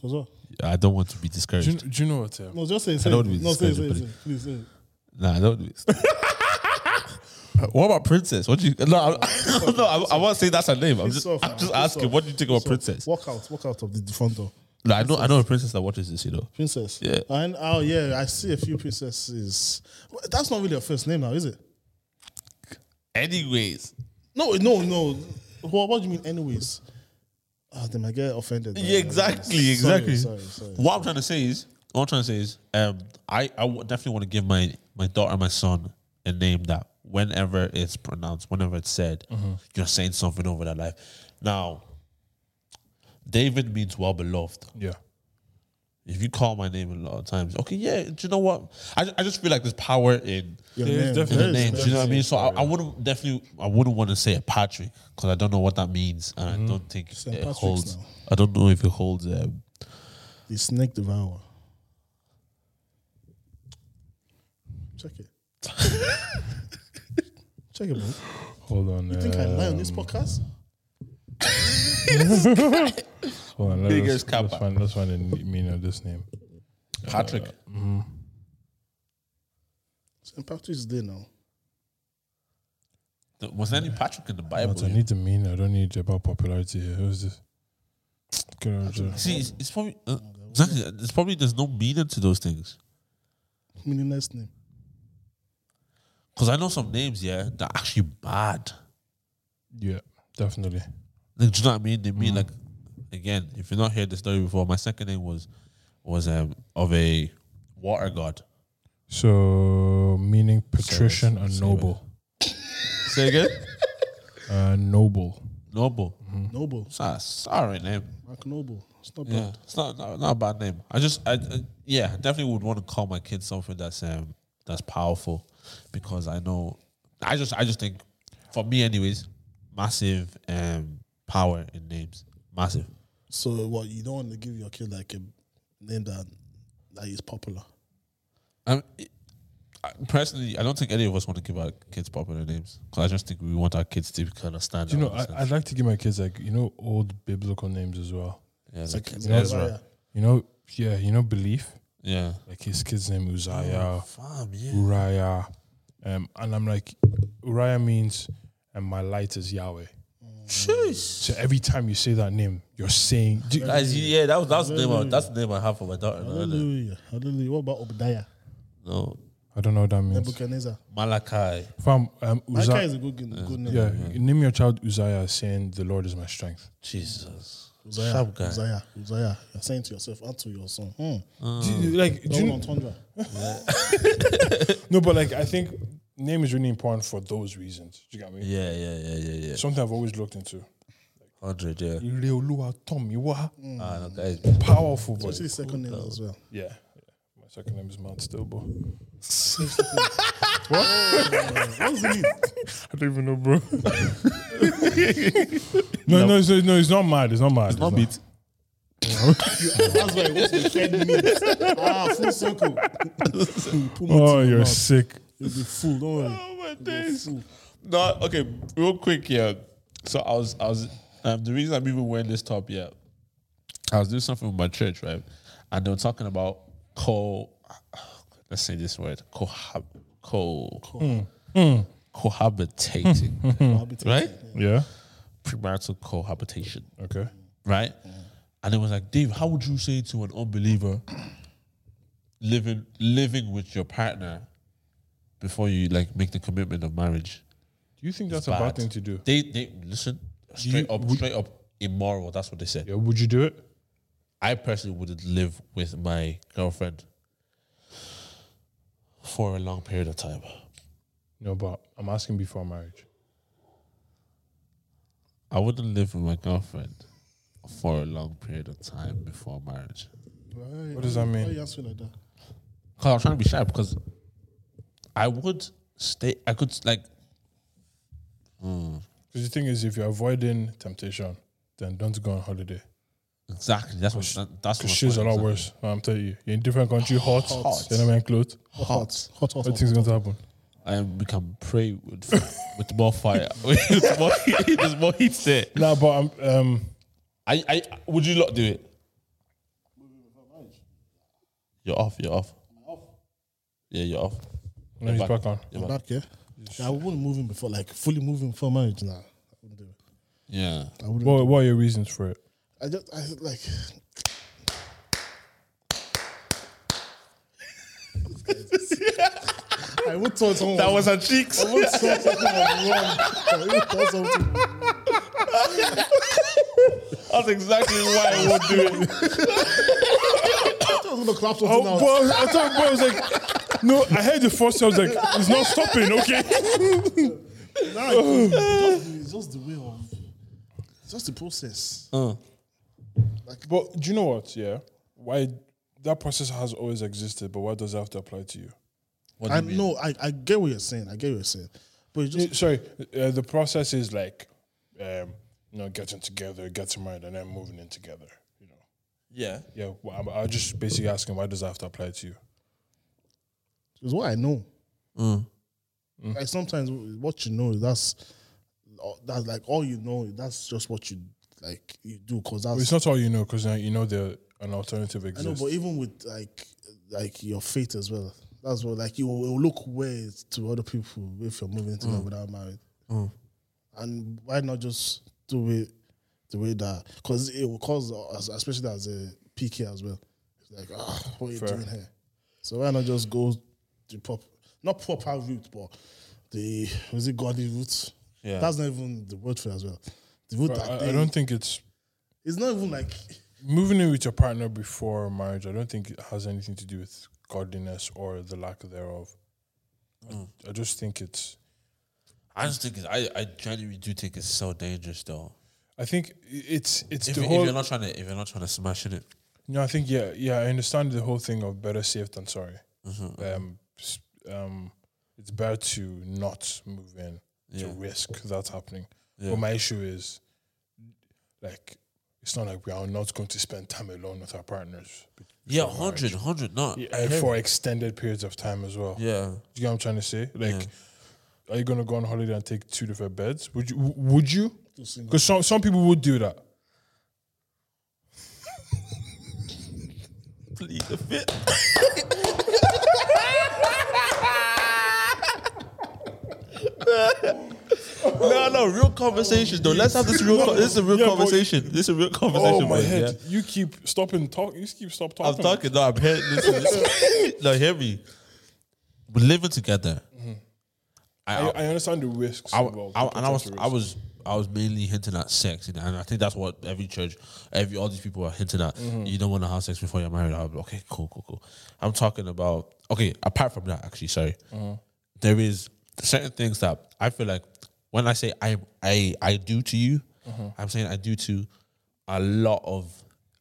S2: What's her-
S6: I don't want to be
S4: Do you,
S6: discouraged.
S4: do you know what? Um,
S2: No, just say, say
S6: don't
S2: it.
S6: mean
S2: No, say it, say it,
S6: discourage
S2: say it. Please say it.
S6: Nah, I don't do this. what about princess? What do you? No, I, no, I, I won't say that's her name. I'm just,
S2: Piss off,
S6: I'm
S2: man.
S6: just
S2: Piss
S6: asking.
S2: off.
S6: What do you think about
S2: So,
S6: princess?
S2: Walk out. Walk out of the front door.
S6: No, I know, I know a princess that watches this. You know.
S2: Princess.
S6: Yeah.
S2: And oh yeah, I see a few princesses. Well, That's not really her first name now, is it?
S6: Anyways,
S2: No, no, no. What, what do you mean? Anyways, ah, then I get offended.
S6: yeah, exactly,
S2: Sorry,
S6: exactly.
S2: Sorry, sorry.
S6: What I'm trying to say is, what I'm trying to say is, um, I, I w- definitely want to give my my daughter and my son a name that whenever it's pronounced, whenever it's said, you're saying something over their life. Now, David means well beloved.
S4: yeah.
S6: If you call my name a lot of times, okay, yeah, do you know what? I, ju- I just feel like there's power in
S2: Your
S4: There is
S2: name.
S4: definitely- There
S6: in the
S4: is,
S6: name. Do you know what I mean? So I,
S4: definitely.
S6: I wouldn't definitely I wouldn't want to say a Patrick because I don't know what that means and I don't think
S2: St.
S6: it
S2: Patrick's
S6: holds.
S2: now.
S6: I don't know if it holds. Um,
S2: The snake devourer. Check it. Check it, bro. You
S4: Hold on. uh, You
S2: think I lie on this podcast?
S4: Hold on, let
S6: Biggest
S4: us, let's
S6: kappa.
S4: find, let's find the ne- meaning of this name.
S6: Patrick.
S2: St. Patrick's Day now.
S6: Th- Was there any Patrick in the Bible?
S4: But I need the meaning. I don't need about popularity here. Who's this? Get out of jail.
S6: See, it's, it's probably uh, exactly. It's probably there's no meaning to those things.
S2: Meaningless name.
S6: Because I know some names, yeah, that are actually bad.
S4: Yeah, definitely.
S6: Like, do you know what I mean? They mean like, again, if you're not heard the story before, my second name was was um of a water god.
S4: So, meaning
S6: it,
S4: patrician and
S6: say it.
S4: noble.
S6: Say again,
S4: Uh, noble.
S6: noble.
S2: Noble.
S6: It's not a sorry name.
S2: Mark Noble. It's not bad.
S6: Yeah, it's not, not not a bad name. I just, I, I yeah, definitely would want to call my kid something that's um that's powerful, because I know, I just, I just think, for me, anyways, massive um power in names, massive.
S2: So what you don't want to give your kid like a name that that is popular.
S6: Um, it- I, personally, I don't think any of us want to give our kids popular names, because I just think we want our kids to kind of stand
S4: Do you know,
S6: out in a
S4: I,
S6: sense.
S4: I'd like to give my kids, like, you know, old biblical names as well.
S6: yeah,
S2: It's
S6: like,
S2: like, it's
S4: Ezra.
S2: Zechariah.
S4: You know, yeah, you know, belief.
S6: yeah,
S4: Like, his kid's name, Uzziah,
S6: Oh, fam, yeah,
S4: Uriah. Um, and I'm like, Uriah means, and my light is Yahweh.
S6: Sheesh.
S4: So every time you say that name, you're saying, do,
S6: That is- yeah, that was that's the name. I, that's the name I have for my daughter. now, isn't it?
S2: Hallelujah. Hallelujah. What about Obadiah?
S6: No,
S4: I don't know what that means.
S2: Nebuchadnezzar.
S6: Malachi.
S4: Fam, um,
S2: Malachi
S4: Uzziah,
S2: is a good, good name.
S4: yeah, name your child Uzziah, saying, "The Lord is my strength."
S6: Jesus.
S2: Uzziah,
S6: Sharp guy.
S2: Uzziah, Uzziah. You're saying to yourself, and to your son. Hmm.
S4: Do you- like, do you
S2: Double
S4: know-
S2: entendre.
S4: no, but like, I think name is really important for those reasons. Do you get me?
S6: Yeah, yeah, yeah, yeah, yeah.
S4: Something I've always looked into.
S6: Hundred, yeah.
S4: Ileolua Tom, you are
S6: Ah, no, guys.
S4: powerful, boy.
S2: Actually, second name as well.
S4: Yeah, yeah. My second name is Matt Stillbo.
S2: What's the name?
S4: I don't even know, bro. no, no, it's, no, it's not mad. It's not mad. It's,
S6: Not beat.
S2: That's why what's the third name? Ah, full circle. Put my
S4: Oh,
S2: teeth in
S4: you're
S2: mouth.
S4: sick.
S2: You'll be full. Don't worry.
S6: Oh my days. No, okay, real quick, yeah. So I was, I was. Um, the reason I'm even wearing this top, yeah, I was doing something with my church, right? and they were talking about co. Let's say this word cohab co
S4: Hmm.
S6: cohabitating,
S2: Cohabitate.
S6: right?
S4: Yeah.
S6: Premarital cohabitation,
S4: Okay.
S6: right? And it was like, Dave, how would you say to an unbeliever living living with your partner before you like make the commitment of marriage?
S4: Do you think
S6: It's
S4: that's a bad
S6: bad.
S4: thing to do?
S6: They they listen straight up, straight up immoral. That's what they said.
S4: Yeah. Would you do it?
S6: I personally wouldn't live with my girlfriend for a long period of time.
S4: No, but I'm asking before marriage.
S6: I wouldn't live with my girlfriend for a long period of time before marriage.
S4: What does that
S2: Why
S4: mean?
S2: you answering like that?
S6: Cause I was trying to be shy because I would stay. I could like
S4: Because the thing is, if you're avoiding temptation, then don't go on holiday.
S6: exactly. That's what. that- that's what.
S4: Because shit's a lot
S6: exactly.
S4: worse. I'm telling you, you're in different country, hot, you're not wearing clothes.
S2: Hot, hot, hot.
S4: What
S2: hot,
S4: thing's going to happen?
S6: And we can pray with with more fire. with more, there's more heat there.
S4: Nah, but I'm, um,
S6: I, I would you lot do it? You're off. You're off. Yeah, you're off.
S4: no, he's back on.
S6: You're back.
S2: Not care. Yeah, I wouldn't move him before, like fully move him before marriage. Nah, I wouldn't do it.
S6: Yeah.
S2: I wouldn't.
S4: What, what are your reasons for it?
S2: I just, I just, like. I would tell someone.
S6: That was her cheeks.
S2: I would tell someone was wrong. I would tell something.
S6: That's exactly why I would do it.
S2: I thought I was gonna clap something
S4: Oh,
S2: out.
S4: but I was- I thought but I was like, no, I heard the first. I was like, it's not stopping. Okay,
S2: Nah, it's just, it's just the way of. It's just the process.
S6: Uh.
S4: but do you know what? Yeah, why that process has always existed, but why does it have to apply to you?
S2: I know. I, I get what you're saying. I get what you're saying. But it's just
S4: Yeah, sorry, uh, the process is like, um, you know, getting together, getting married, and then moving in together. You know,
S6: Yeah.
S4: yeah. Well, I'm, I'm just basically asking, why does that have to apply to you?
S2: It's what I know. Like sometimes what you know that's that's like all you know. That's just what you like you do because
S4: But it's
S2: that's.
S4: not all you know, because you know there an alternative
S2: I know,
S4: exists.
S2: but even with like like your faith as well. That's what like you will will look weird to other people if you're moving
S4: Mm.
S2: together without marriage. And why not just do it the way that because it will cause us- especially as a PK as well. It's like ah, what are you doing here? So why not just go the pop not proper route but the was it godly route?
S6: Yeah.
S2: That's not even the word for it as well. The route that
S4: I,
S2: they,
S4: I don't think it's
S2: it's not even like
S4: moving in with your partner before marriage. I don't think it has anything to do with godliness or the lack thereof.
S6: Mm.
S4: I, I just think it's.
S6: I just think it's, I I genuinely do think it's so dangerous though.
S4: I think i- it's it's
S6: If,
S4: the
S6: you- if
S4: whole.
S6: you're not trying to if you're not trying to smash in it.
S4: No, I think yeah, yeah. I understand the whole thing of better safe than sorry.
S6: Mm-hmm,
S4: Um, s- um, it's better to not move in to
S6: Yeah.
S4: risk that happening.
S6: Yeah.
S4: But my issue is, like, it's not like we are not going to spend time alone with our partners
S6: Yeah, 100, 100, not.
S4: uh, for extended periods of time as well.
S6: yeah.
S4: Do you get what I'm trying to say? Like, are you gonna go on holiday and take two different beds? Would you? w- Would you? Because some some people would do that.
S6: Please, the fit. No, no, real conversation though. Let's have this real. con- this is a real
S4: Yeah, but-
S6: conversation. This is a real conversation.
S4: Oh my
S6: boys,
S4: head!
S6: yeah.
S4: You keep stopping talk. You keep stop
S6: I'm
S4: talking.
S6: talking. No, I'm hearing this. this- no, hear me. We're living together.
S4: I, I understand the risks.
S6: I,
S4: involved,
S6: I,
S4: the
S6: and I was,
S4: potential
S6: I was, I was mainly hinting at sex, you know, and I think that's what every church, every all these people are hinting at. You don't want to have sex before you're married. I'm okay, cool, cool, cool. I'm talking about okay. Apart from that, actually, sorry, there is certain things that I feel like when I say I, I, I do to you, I'm saying I do to a lot of.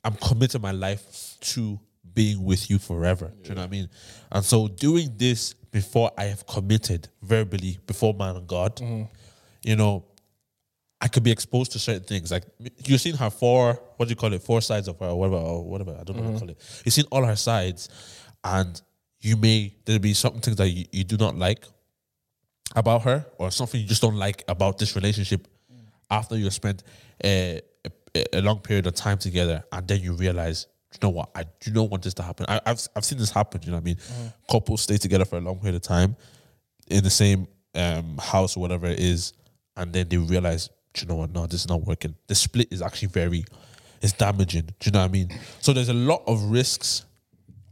S6: I'm committing my life to being with you forever. Do you know what I mean? And so doing this before I have committed verbally before man and God you know, I could be exposed to certain things. Like you've seen her four, what do you call it, four sides of her, or whatever, or whatever. I don't know what to call it. You've seen all her sides, and you may there'll be some things that you, you do not like about her, or something you just don't like about this relationship. After you spent uh, a, a long period of time together, and then you realize you know what? I do not want this to happen. I, I've I've seen this happen. You know what I mean? Couples stay together for a long period of time in the same um, house or whatever it is, and then they realize, do you know what? No, this is not working. The split is actually very, it's damaging. Do you know what I mean? So there's a lot of risks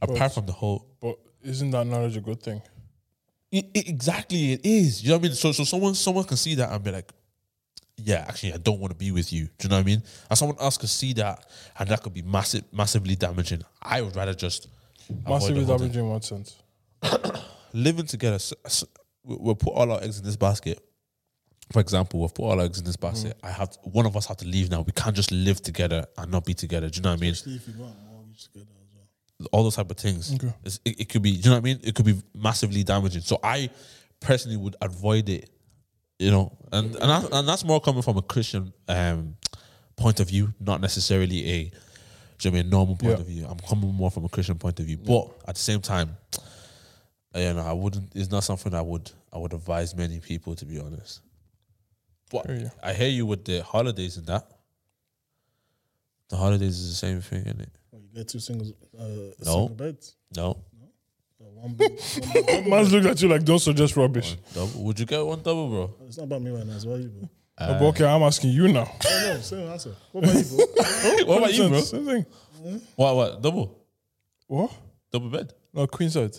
S6: apart from the whole
S4: But isn't that knowledge a good thing?
S6: I- I- E, exactly, it is. You know what I mean? So, so someone someone can see that and be like, "Yeah, actually, I don't want to be with you." Do you know what I mean? And someone else could see that, and that could be massive, massively damaging. I would rather just avoid the
S4: Massively
S6: whole thing.
S4: damaging in what sense?
S6: living together. s- s- we- We'll put all our eggs in this basket. For example, we've put all our eggs in this basket.
S4: Mm.
S6: I have one of us have to leave now. We can't just live together and not be together. Do you know what I mean?
S2: Actually, if you go and mortgage together as well.
S6: all those type of things. It's, it, it could be, do you know what I mean? It could be massively damaging. So I personally would avoid it, you know, and and, that, and that's more coming from a Christian um, point of view, not necessarily a, do you know what I mean, normal point
S4: Yeah.
S6: of view. I'm coming more from a Christian point of view, but at the same time, you know, I wouldn't. It's not something I would I would advise many people to be honest. But
S4: Hear you.
S6: I hear you with the holidays and that. The holidays is the same thing, isn't it?
S2: Well, you get two singles, uh,
S6: No.
S2: single beds.
S6: No,
S2: Uh, one bed, one bed.
S4: Man's looking at you like, don't suggest rubbish.
S6: Double? Would you get one double, bro?
S2: It's not about me right now. It's about you, bro.
S4: But okay, I'm asking you now.
S2: Oh, no, same answer. What about you, bro?
S6: what about you, bro?
S4: Same thing.
S6: What? What? Double?
S4: What?
S6: Double bed?
S4: No, queen side.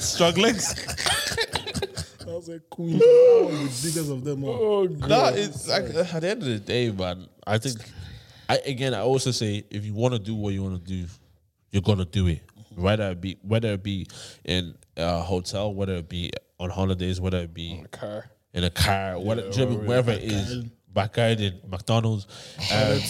S6: Strong legs?
S2: I was like, queen. I'm one of the biggest of them all.
S4: Oh, God.
S6: nah, it's like, at the end of the day, man. I think, I again, I also say if you want to do what you want to do, you're gonna do it. Whether it be whether it be in a hotel, whether it be on holidays, whether it be
S4: car.
S6: in a car, whether, do you know what I mean? wherever it is, backyard, McDonald's. Um,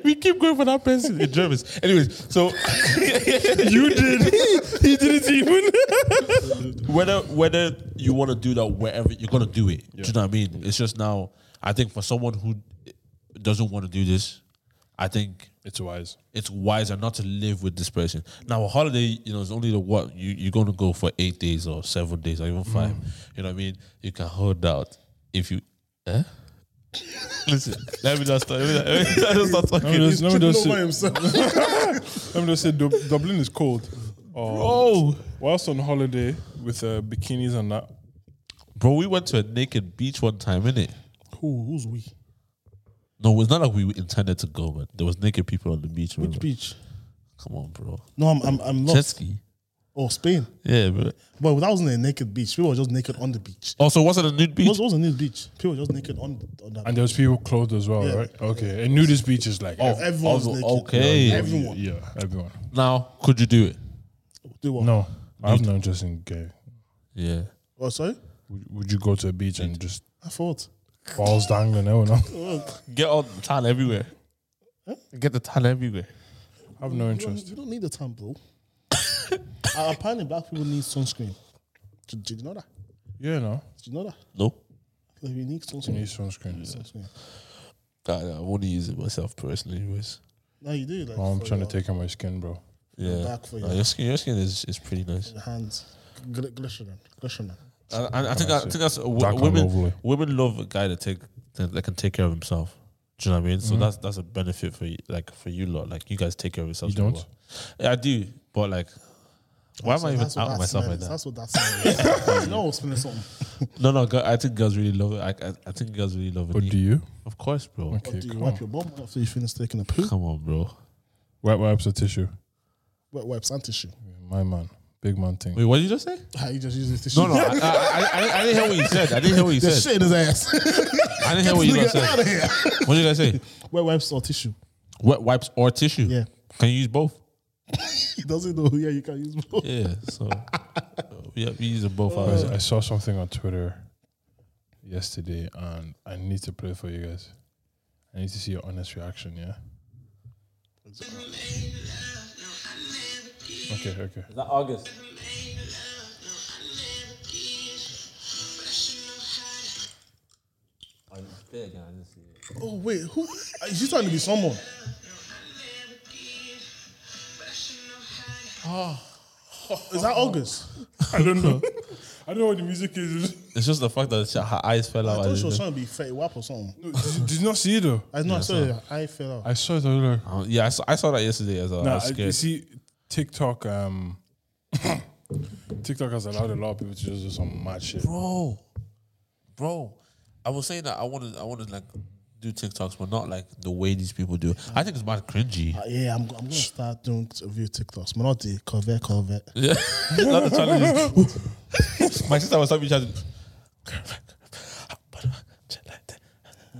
S6: we keep going for that person in Germans. Anyways, so you did. he didn't even. whether whether you want to do that wherever you're gonna do it. Do you know what I mean? It's just now. I think for someone who doesn't want to do this, I think
S4: It's wise.
S6: it's wiser not to live with this person. Now a holiday, you know, it's only the what you you're gonna go for eight days or seven days or even five. You know what I mean? You can hold out if you. Eh? Listen, let me just start. Let me, let me- let me start talking.
S4: Let me just, let me just
S2: Just
S4: say,
S2: by himself.
S4: let me just say Dub- Dublin is cold. Oh,
S6: Oh,
S4: whilst on holiday with uh, bikinis and that,
S6: bro, we went to a naked beach one time, innit?
S2: Who, who's we?
S6: No, it's not like we intended to go, but there was naked people on the beach. remember?
S2: Beach.
S6: Come on, bro.
S2: No, I'm, I'm, I'm
S6: Jet
S2: lost.
S6: ski.
S2: Oh, Spain.
S6: Yeah, bro.
S2: But that wasn't a naked beach. People were just naked on the beach.
S6: Also, wasn't a nude
S2: It
S6: beach?
S2: was- it wasn't a nude beach. People were just naked on, on that.
S4: and there's people clothed as well,
S2: Yeah.
S4: right? Okay, and nudist beach is like oh,
S2: Everyone was
S6: Oh,
S2: naked.
S6: okay.
S2: Everyone.
S4: yeah, everyone.
S6: Now, could you do it?
S2: They were.
S4: No, I have no interest in gay.
S6: Yeah.
S2: Oh, sorry?
S4: Would, would you go to a beach and just
S2: I thought.
S4: balls dangling? Oh no,
S6: Get all the tan everywhere. Get the tan everywhere.
S4: I have no
S2: You don't,
S4: interest.
S2: you don't need the tan, bro. uh, apparently, black people need sunscreen. Did, did you know that?
S4: Yeah, no,
S2: Did you know that?
S6: No.
S2: Like, you need
S4: you need
S2: sunscreen.
S4: sunscreen.
S2: sunscreen.
S6: I, I want to use it myself personally, anyways.
S2: No, you do. Like,
S4: Oh, I'm
S2: for
S4: trying to
S2: your-
S4: take on my skin, bro.
S6: Yeah, Oh,
S2: Back for
S6: Nah,
S2: you.
S6: your skin, your skin is, is pretty nice.
S2: your hands. Gl- Glycerin. Glycerin.
S6: And, and I think that, I think that's
S4: Dark
S6: w-
S4: and
S6: women.
S4: lovely.
S6: Women love a guy that take that, that can take care of himself. Do you know what I mean? So that's that's a benefit for you, like for you lot. Like you guys take care of yourselves.
S4: You
S6: pretty
S4: don't?
S6: well. Yeah, I do, but like, why am I even
S2: That's what
S6: out
S2: that
S6: myself
S2: smell
S6: like
S2: is.
S6: that?
S2: That's what that smell is. no, smelling something.
S6: No, no. gu- I think girls really love it. I, I, I think girls really love it.
S4: But do you?
S6: Of course, bro.
S4: Okay,
S2: Do you
S4: come
S2: wipe
S4: on.
S2: your bum after you finish taking a poo?
S6: Come on, bro.
S4: Wet wipes or tissue?
S2: Wet wipes and tissue.
S4: My man, big man thing.
S6: Wait, what did you just say?
S2: Ah, you just use the tissue.
S6: No, no. I, I, I, I, I didn't hear what you said. I didn't hear what you
S2: There's
S6: said.
S2: shit in his ass.
S6: I didn't hear what you guys
S2: Get
S6: said.
S2: out of here.
S6: What did you guys say?
S2: Wet wipes or tissue?
S6: Wet wipes or tissue?
S2: Yeah.
S6: Can you use both?
S2: He doesn't know. Yeah, you can use both.
S6: Yeah. So yeah, we use them both.
S4: Guys,
S6: Uh,
S4: I saw something on Twitter yesterday, and I need to play for you guys. I need to see your honest reaction. Yeah. Okay. Okay.
S7: that August?
S2: Oh wait, who? Is she trying to be someone? Is that August? Ah.
S4: I don't know. I don't know what the music is.
S6: It's just the fact that she, her eyes fell
S2: I
S6: out.
S2: thought
S6: as
S2: she was
S6: if-
S2: trying to be fake WAP or something.
S4: Did you- did you not see it though?
S2: I know, I saw her eye fell out.
S8: I saw it. I was like,
S6: Uh, yeah, I saw, I saw that yesterday as well. I
S4: Nah,
S6: was
S4: I-
S6: scared.
S4: you see, TikTok, um, TikTok has allowed a lot of people to just do some mad shit.
S6: bro, bro. I was saying that I wanted, I wanted like do TikToks, but not like the way these people do. I think it's mad cringy.
S2: Uh, yeah, I'm, I'm going to start doing a few TikToks. But not the cover, cover.
S6: Yeah, not the challenges. My sister was telling me she had.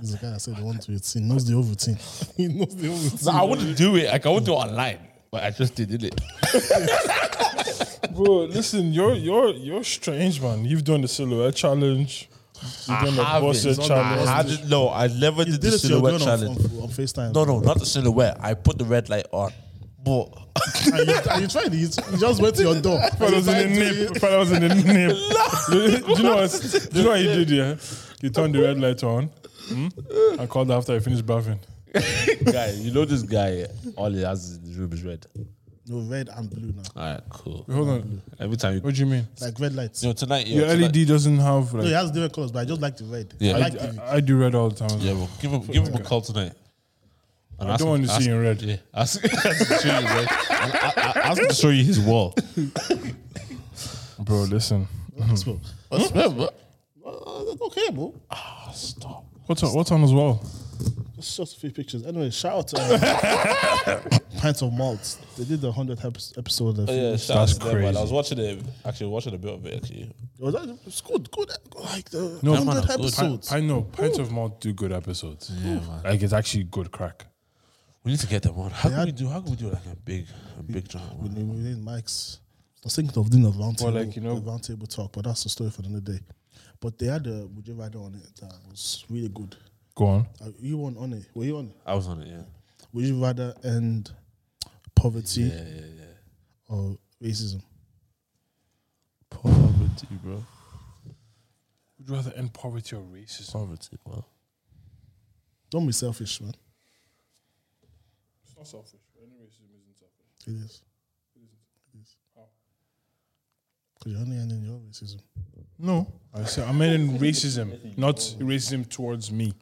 S2: He's the guy that said the one to your team. Knows the over team. he knows the over team.
S6: Nah, I wouldn't do it. Like I would do it online, but I just did it.
S4: Bro, listen, you're you're you're strange, man. You've done the silhouette challenge. You've
S6: I
S4: done the
S6: haven't.
S4: busted
S6: I
S4: challenge.
S6: haven't. No, I never
S2: You
S6: did,
S2: did
S6: the
S2: it to your girl
S6: silhouette
S2: on,
S6: challenge.
S2: on, on FaceTime.
S6: No, no, not the silhouette. I put the red light on. But
S2: And you, and you tried it. You you just went to your door.
S4: Fella was in the nip. Fella was in the nip. do, you know what, do you know what he did? Yeah, he turned the red light on. Hmm? I called after I finished bathing.
S6: guy, you know this guy. All he has in his room is red.
S2: No, red and blue now.
S6: All right, cool.
S4: Hold on,
S6: Every time you,
S4: what do you mean?
S2: Like red lights.
S6: you know, tonight, yeah,
S4: Your
S6: tonight-
S4: LED doesn't have
S2: No, it
S4: like.
S2: has different colors, but I just like the red.
S6: Yeah.
S2: I like
S4: I,
S2: the
S4: I do red all the time.
S6: Yeah, well, give him, give him a call tonight. And
S4: I don't want to see you in red.
S6: Yeah, ask, ask him to show you, red. And I, I, ask him to show you his wall.
S4: Bro, listen.
S6: Hmm.
S2: Expo. What's that? Uh, Okay, bro.
S4: What's on, what's on as well?
S2: It's just a few pictures. Anyway, shout out to uh, Pints of Malt. They did the 100th epi- episode. Of
S6: Oh, yeah,
S4: That's
S6: shout out to them, man.
S4: crazy.
S6: I was watching it. Actually, watching a bit of it. Actually,
S2: Was that, it's good, good. Like the
S4: No,
S2: 100th
S4: man,
S6: it's good.
S2: episodes.
S4: I know Pint of Malt do good episodes. Yeah, Like it's actually good crack.
S6: we need to get them on. How can we do? How can we do like a big, a big
S2: We
S6: drama?
S2: need, we need mics. I was thinking of doing a round
S4: Or
S2: table,
S4: like, you know-
S2: a round table talk, but that's the story for another day. But they had a Would You Rather on it that was really good.
S4: Go on.
S2: Uh, you weren't on it. Were you on it?
S6: I was on it. Yeah,
S2: Would you rather end poverty
S6: yeah, yeah. yeah.
S2: or racism?
S6: Poverty, bro.
S4: Would you rather end poverty or racism?
S6: Poverty, bro.
S2: Don't be selfish, man.
S4: It's not selfish. Any racism isn't selfish.
S2: It is. It is. Because you're only ending your racism.
S4: No, I said I'm ending racism, not racism towards me.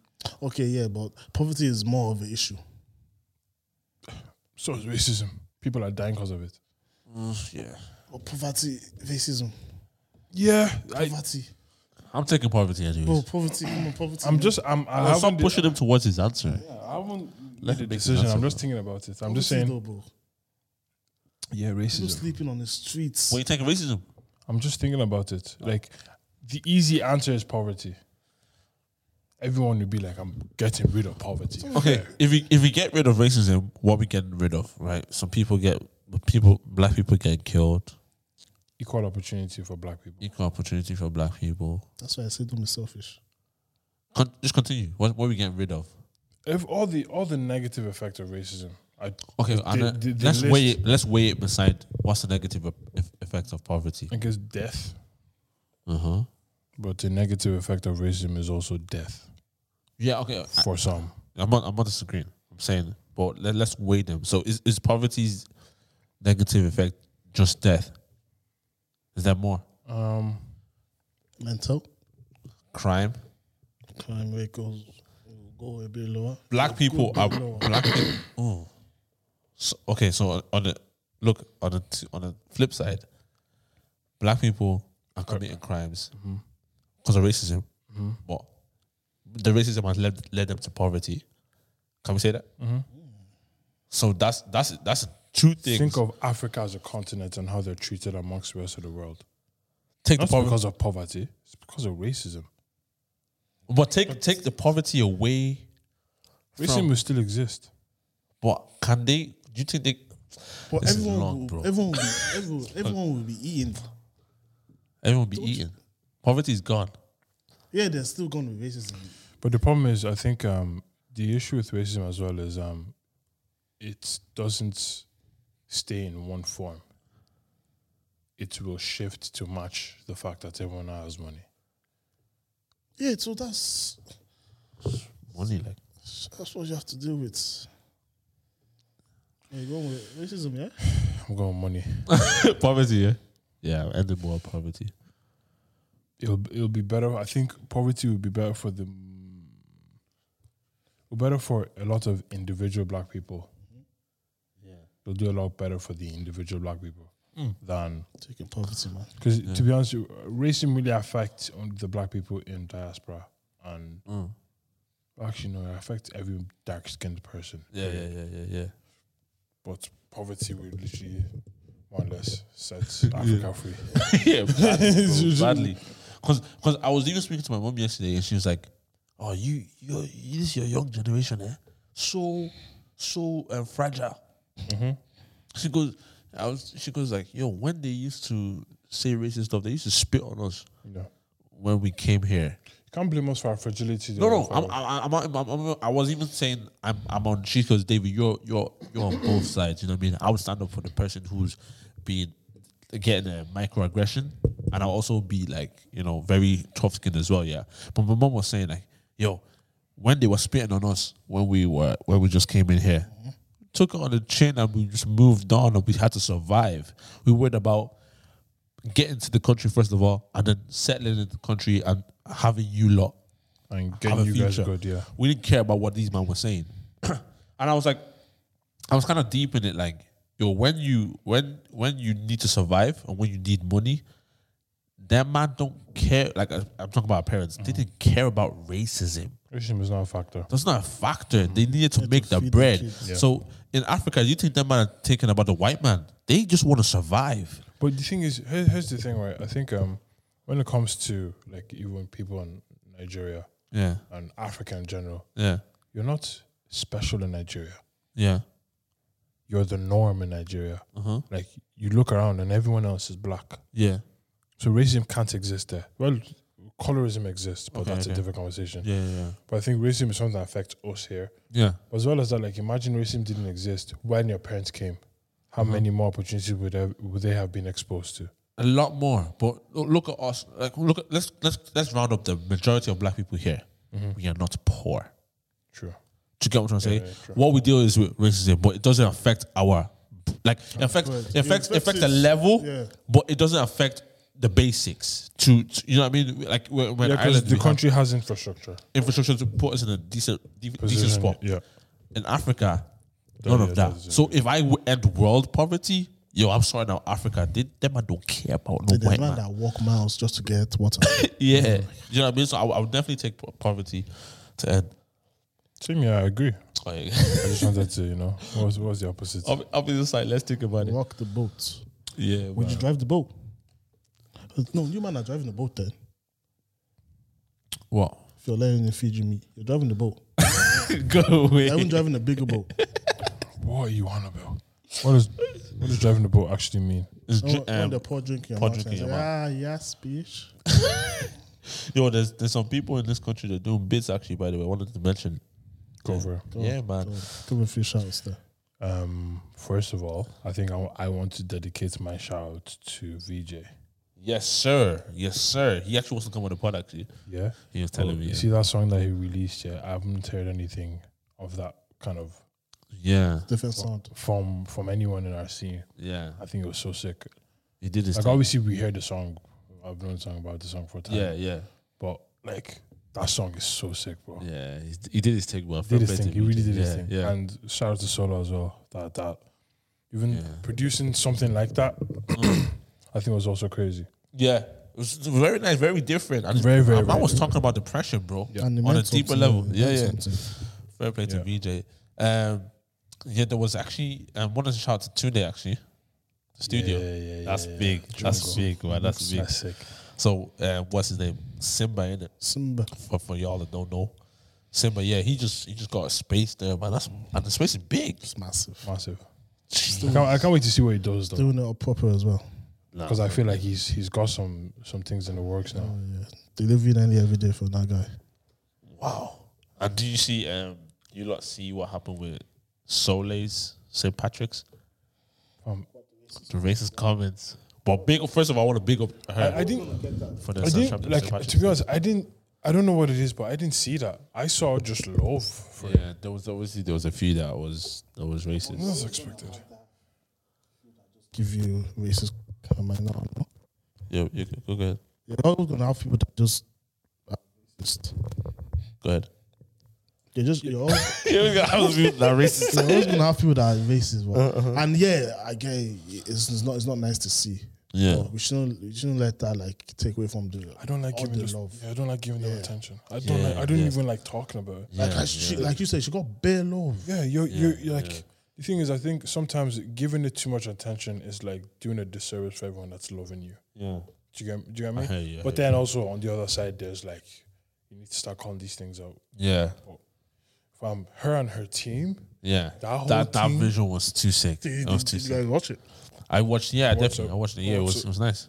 S2: Okay, yeah, but poverty is more of an issue.
S4: So it's racism. People are dying because of it.
S6: Yeah,
S2: But poverty, racism,
S4: Yeah, I,
S2: poverty.
S6: I'm taking poverty anyways.
S2: Bro, poverty, come on, poverty.
S4: I'm just I'm I
S6: Well, stop
S4: haven't
S6: pushing him towards his answer.
S4: I haven't made a
S6: Let him make his
S4: decision.
S6: answer,
S4: I'm
S6: bro.
S4: just thinking about it. I'm
S2: Poverty
S4: just saying.
S2: Though, bro.
S4: Yeah,
S2: People
S4: racism.
S2: sleeping on the streets.
S6: Well, you taking racism?
S4: I'm just thinking about it. Like, the easy answer is poverty. Everyone would be like, I'm getting rid of poverty.
S6: Okay, if we if we get rid of racism, what we getting rid of, right? Some people get people, black people get killed.
S4: Equal opportunity for black people.
S6: Equal opportunity for black people.
S2: That's why I said don't be selfish.
S6: Con- just continue. What what we getting rid of?
S4: If all the all the negative effect of racism, I
S6: Okay, and, uh,
S4: the- the
S6: let's
S4: list-
S6: weigh it. Let's weigh it beside what's the negative eff- effect of poverty.
S4: think is death.
S6: Uh huh.
S4: But the negative effect of racism is also death
S6: Yeah. Okay. I,
S4: for some.
S6: I'm not. I'm not disagreeing. I'm saying, but let, let's weigh them. So is is poverty's negative effect just death? Is there more
S4: Um,
S2: Mental
S6: crime?
S2: crime rate goes go a bit lower.
S6: black people are
S2: no.
S6: black people. Oh, so, okay. So on the look on the t- on the flip side, black people are committing crimes
S4: Mm-hmm.
S6: because of racism, but the racism has led led them to poverty. Can we say that?
S4: Mm-hmm.
S6: So that's that's that's two things.
S4: think of Africa as a continent and how they're treated amongst the rest of the world.
S6: take the
S4: Not
S6: poverty,
S4: because of poverty, it's because of racism.
S6: but take take the poverty away.
S4: Racism
S6: From-
S4: will still exist.
S6: But can they? Do you think they?
S2: But
S6: This is
S2: everyone,
S6: long,
S2: will,
S6: bro.
S2: everyone, will be, everyone, everyone will be eating.
S6: Everyone will be eating. Poverty is gone.
S2: Yeah, there's still going to be racism.
S4: But the problem is, I think um, the issue with racism as well is um, it doesn't stay in one form. It will shift to match the fact that everyone now has money.
S2: Yeah, so that's
S6: Money, like
S2: that's what you have to deal with. Yeah, going with racism, yeah.
S4: I'm going money.
S6: poverty, yeah. Yeah, ended more poverty.
S4: it'll it'll be better. I think poverty would be better for the better for a lot of individual black people. It'll do a lot better for the individual black people than
S2: Taking poverty, man.
S4: because to be honest, racism really affects on the black people in diaspora and
S6: Mm.
S4: actually no, it affects every dark skinned person.
S6: Yeah, yeah, yeah, yeah, yeah.
S4: But poverty will literally more or less set Africa free.
S6: yeah, badly, bro, badly. Cause, cause I was even speaking to my mom yesterday, and she was like, "Oh, you, you, this is your young generation, eh? So, so um, fragile." Mm-hmm. She goes, "I was." She goes like, "Yo, when they used to say racist stuff, they used to spit on us
S4: You know,
S6: when we came here."
S4: you can't blame us for our fragility.
S6: No,
S4: though,
S6: no,
S4: for
S6: I'm,
S4: our-
S6: I'm, I'm, I'm, I'm, I was even saying I'm, I'm on. She goes, David, you're, you're, you're on both sides. You know what I mean? I would stand up for the person who's being getting a microaggression, and I'll also be like, you know, very tough skinned as well. Yeah. But my mom was saying like, yo, when they were spitting on us when we were when we just came in here, took it on the chin and we just moved on and we had to survive. We worried about getting to the country first of all, and then settling in the country and having you lot
S4: and
S6: have
S4: getting
S6: a
S4: you guys
S6: future.
S4: good, yeah.
S6: We didn't care about what these men were saying. and I was like, I was kind of deep in it, like, yo, when you when when you need to survive and when you need money, that man don't care. Like I, I'm talking about our parents, they didn't care about racism.
S4: Racism is not a factor.
S6: That's not a factor. They needed to make the
S2: feed the
S6: bread.
S2: kids.
S6: So in Africa, you think that man are thinking about the white man? They just want to survive.
S4: But the thing is, here, here's the thing, right? I think um, when it comes to like even people in Nigeria
S6: Yeah,
S4: and Africa in general,
S6: yeah,
S4: you're not special in Nigeria.
S6: yeah.
S4: You're the norm in Nigeria.
S6: Uh huh.
S4: Like you look around and everyone else is black,
S6: Yeah.
S4: so racism can't exist there. Well, colorism exists, but
S6: Okay,
S4: that's
S6: okay.
S4: a different conversation.
S6: Yeah. Yeah.
S4: But I think racism is something that affects us here,
S6: Yeah.
S4: as well as that. Like imagine racism didn't exist when your parents came. How
S6: Mm-hmm.
S4: many more opportunities would have, would they have been exposed to?
S6: a lot more. But lo- look at us. Like look, at, let's let's let's round up the majority of black people here. We are not poor.
S4: True.
S6: Do you get what I'm trying to
S4: Mm-hmm. Yeah,
S6: say?
S4: yeah, true.
S6: what we deal is with racism, but it doesn't affect our like it affects it affects
S2: affects
S6: affects the
S2: it,
S6: level,
S2: yeah.
S6: but it doesn't affect the basics. To, to- you know what I mean? Like when, when
S4: Yeah, because
S6: Ireland,
S4: the
S6: we have
S4: country has infrastructure.
S6: infrastructure to put us in a decent de- decent
S4: Position,
S6: spot.
S4: Yeah.
S6: In Africa, none
S4: yeah,
S6: of that.
S4: that is-
S6: So if I w- end world poverty, yo, I'm sorry now, Africa, they, them I don't care about no
S2: The
S6: white
S2: man,
S6: man.
S2: that walk miles just to get water.
S6: Yeah. Do you know what I mean? So I, I would definitely take po- poverty to end.
S4: Same, yeah, I agree.
S6: Like,
S4: I just wanted to, you know, what's, what's the opposite?
S6: I'll, be- I'll be just like, let's think about it.
S2: Rock the boat.
S6: Yeah.
S2: Would
S6: man.
S2: you drive the boat? No, you man are driving the boat then.
S6: What?
S2: If you're letting the Fiji me, you're driving the boat.
S6: Go
S2: I
S6: away.
S2: wasn't driving a bigger boat.
S4: What are you on about? What is what does driving the boat actually mean?
S6: It's
S2: No,
S6: dr-
S2: when
S6: um,
S2: the poor drink in your
S6: pour
S2: mouth.
S6: drink in
S2: and
S6: your
S2: say, Ah,
S6: mouth.
S2: yes, bitch.
S6: yo, there's there's some people in this country that are doing bits actually. By the way, I wanted to mention.
S4: Go for it.
S6: yeah, man.
S2: Come and fish house there.
S4: Um, first of all, I think I wa- I want to dedicate my shout out to VJ.
S6: Yes, sir. Yes, sir. He actually wants to come on the pod. Actually,
S4: Yeah,
S6: he was telling me.
S4: You
S6: yeah.
S4: see that song that Oh, he released? Yeah, I haven't heard anything of that kind of
S6: Yeah,
S2: Different sound.
S4: from from anyone in our scene.
S6: yeah.
S4: I think it was so sick.
S6: He did his.
S4: Like
S6: thing.
S4: obviously we heard the song. I've known the song about the song for a time.
S6: Yeah, yeah,
S4: but like that song is so sick, bro.
S6: yeah. He, he did his thing well.
S4: did his
S6: Fair play
S4: thing.
S6: to
S4: He
S6: him.
S4: really did his
S6: yeah,
S4: thing.
S6: Yeah,
S4: And shout out to Solo as well. That that even
S6: Yeah. Mm.
S4: producing something like that, I think was also crazy.
S6: yeah. It was very nice, very different. And
S4: Very, very,
S6: I,
S4: very
S6: was talking about depression, bro.
S2: And they
S6: On a
S2: meant
S6: deeper
S2: something,
S6: level.
S2: they
S6: Yeah,
S2: meant
S6: yeah.
S2: something.
S6: Fair play to
S4: Yeah.
S6: BJ. Um, yeah, there was actually um, wanted to shout out to Tunde actually, the studio.
S4: Yeah, yeah, yeah,
S6: that's
S4: yeah, yeah.
S6: big. That's
S4: Jungle.
S6: big, man. That's big.
S4: That's sick.
S6: So um, what's his name? Simba in it
S2: Simba.
S6: for, for y'all that don't know. Simba, yeah, he just he just got a space there, man. That's and the space is big.
S2: It's massive.
S4: Massive. I can't, I can't wait to see what he does though.
S2: Doing it all proper as well.
S4: Because I feel like he's he's got some some things in the works now.
S2: Oh, yeah. Delivering early every day for that guy.
S6: Wow. And do you see um you lot see what happened with Soleil's St. Patrick's?
S4: Um,
S6: The racist comments. But big first of all, I want to big up her
S4: I, I didn't
S6: for the
S4: I
S6: St. Patrick's-
S4: didn't like
S6: St. Patrick's
S4: to be honest, I didn't I don't know what it is, but I didn't see that. I saw just love for it.
S6: Yeah, there was obviously there was a few that was that was
S4: I
S6: racist.
S4: was expected.
S2: Give you racist. Am I not?
S6: Yeah, yeah, go- go ahead.
S2: You're always gonna have people that just, uh, just
S6: Go ahead.
S2: they just you're always,
S6: that racist.
S2: you're always gonna have people that are racist, bro.
S6: Uh-huh,
S2: And yeah, I get it. it's, it's not it's not nice to see.
S6: Yeah.
S2: But we shouldn't we shouldn't let that like take away from the.
S4: I don't like
S2: all
S4: giving
S2: the
S4: this.
S2: love.
S4: Yeah, I don't like giving them attention. I don't.
S6: Yeah,
S4: like, I don't
S6: yeah.
S4: even like talking about it.
S2: Like I, she, like you said, she got bare love.
S4: Yeah, you're you're, you're like. The thing is, I think sometimes giving it too much attention is like doing a disservice for everyone that's loving you.
S6: Yeah.
S4: Do you get? Do you get me?
S6: hear you, I
S4: but then also on the other side, there's like you need to start calling these things out.
S6: Yeah.
S4: From her and her team,
S6: Yeah.
S4: That whole
S6: That, that
S4: thing-
S6: visual was too sick. It was too sick.
S2: watch it?
S6: I watched, yeah,
S4: What's
S6: definitely.
S4: up?
S6: I watched it. Yeah, it
S4: What's
S6: was,
S4: up?
S6: it was nice.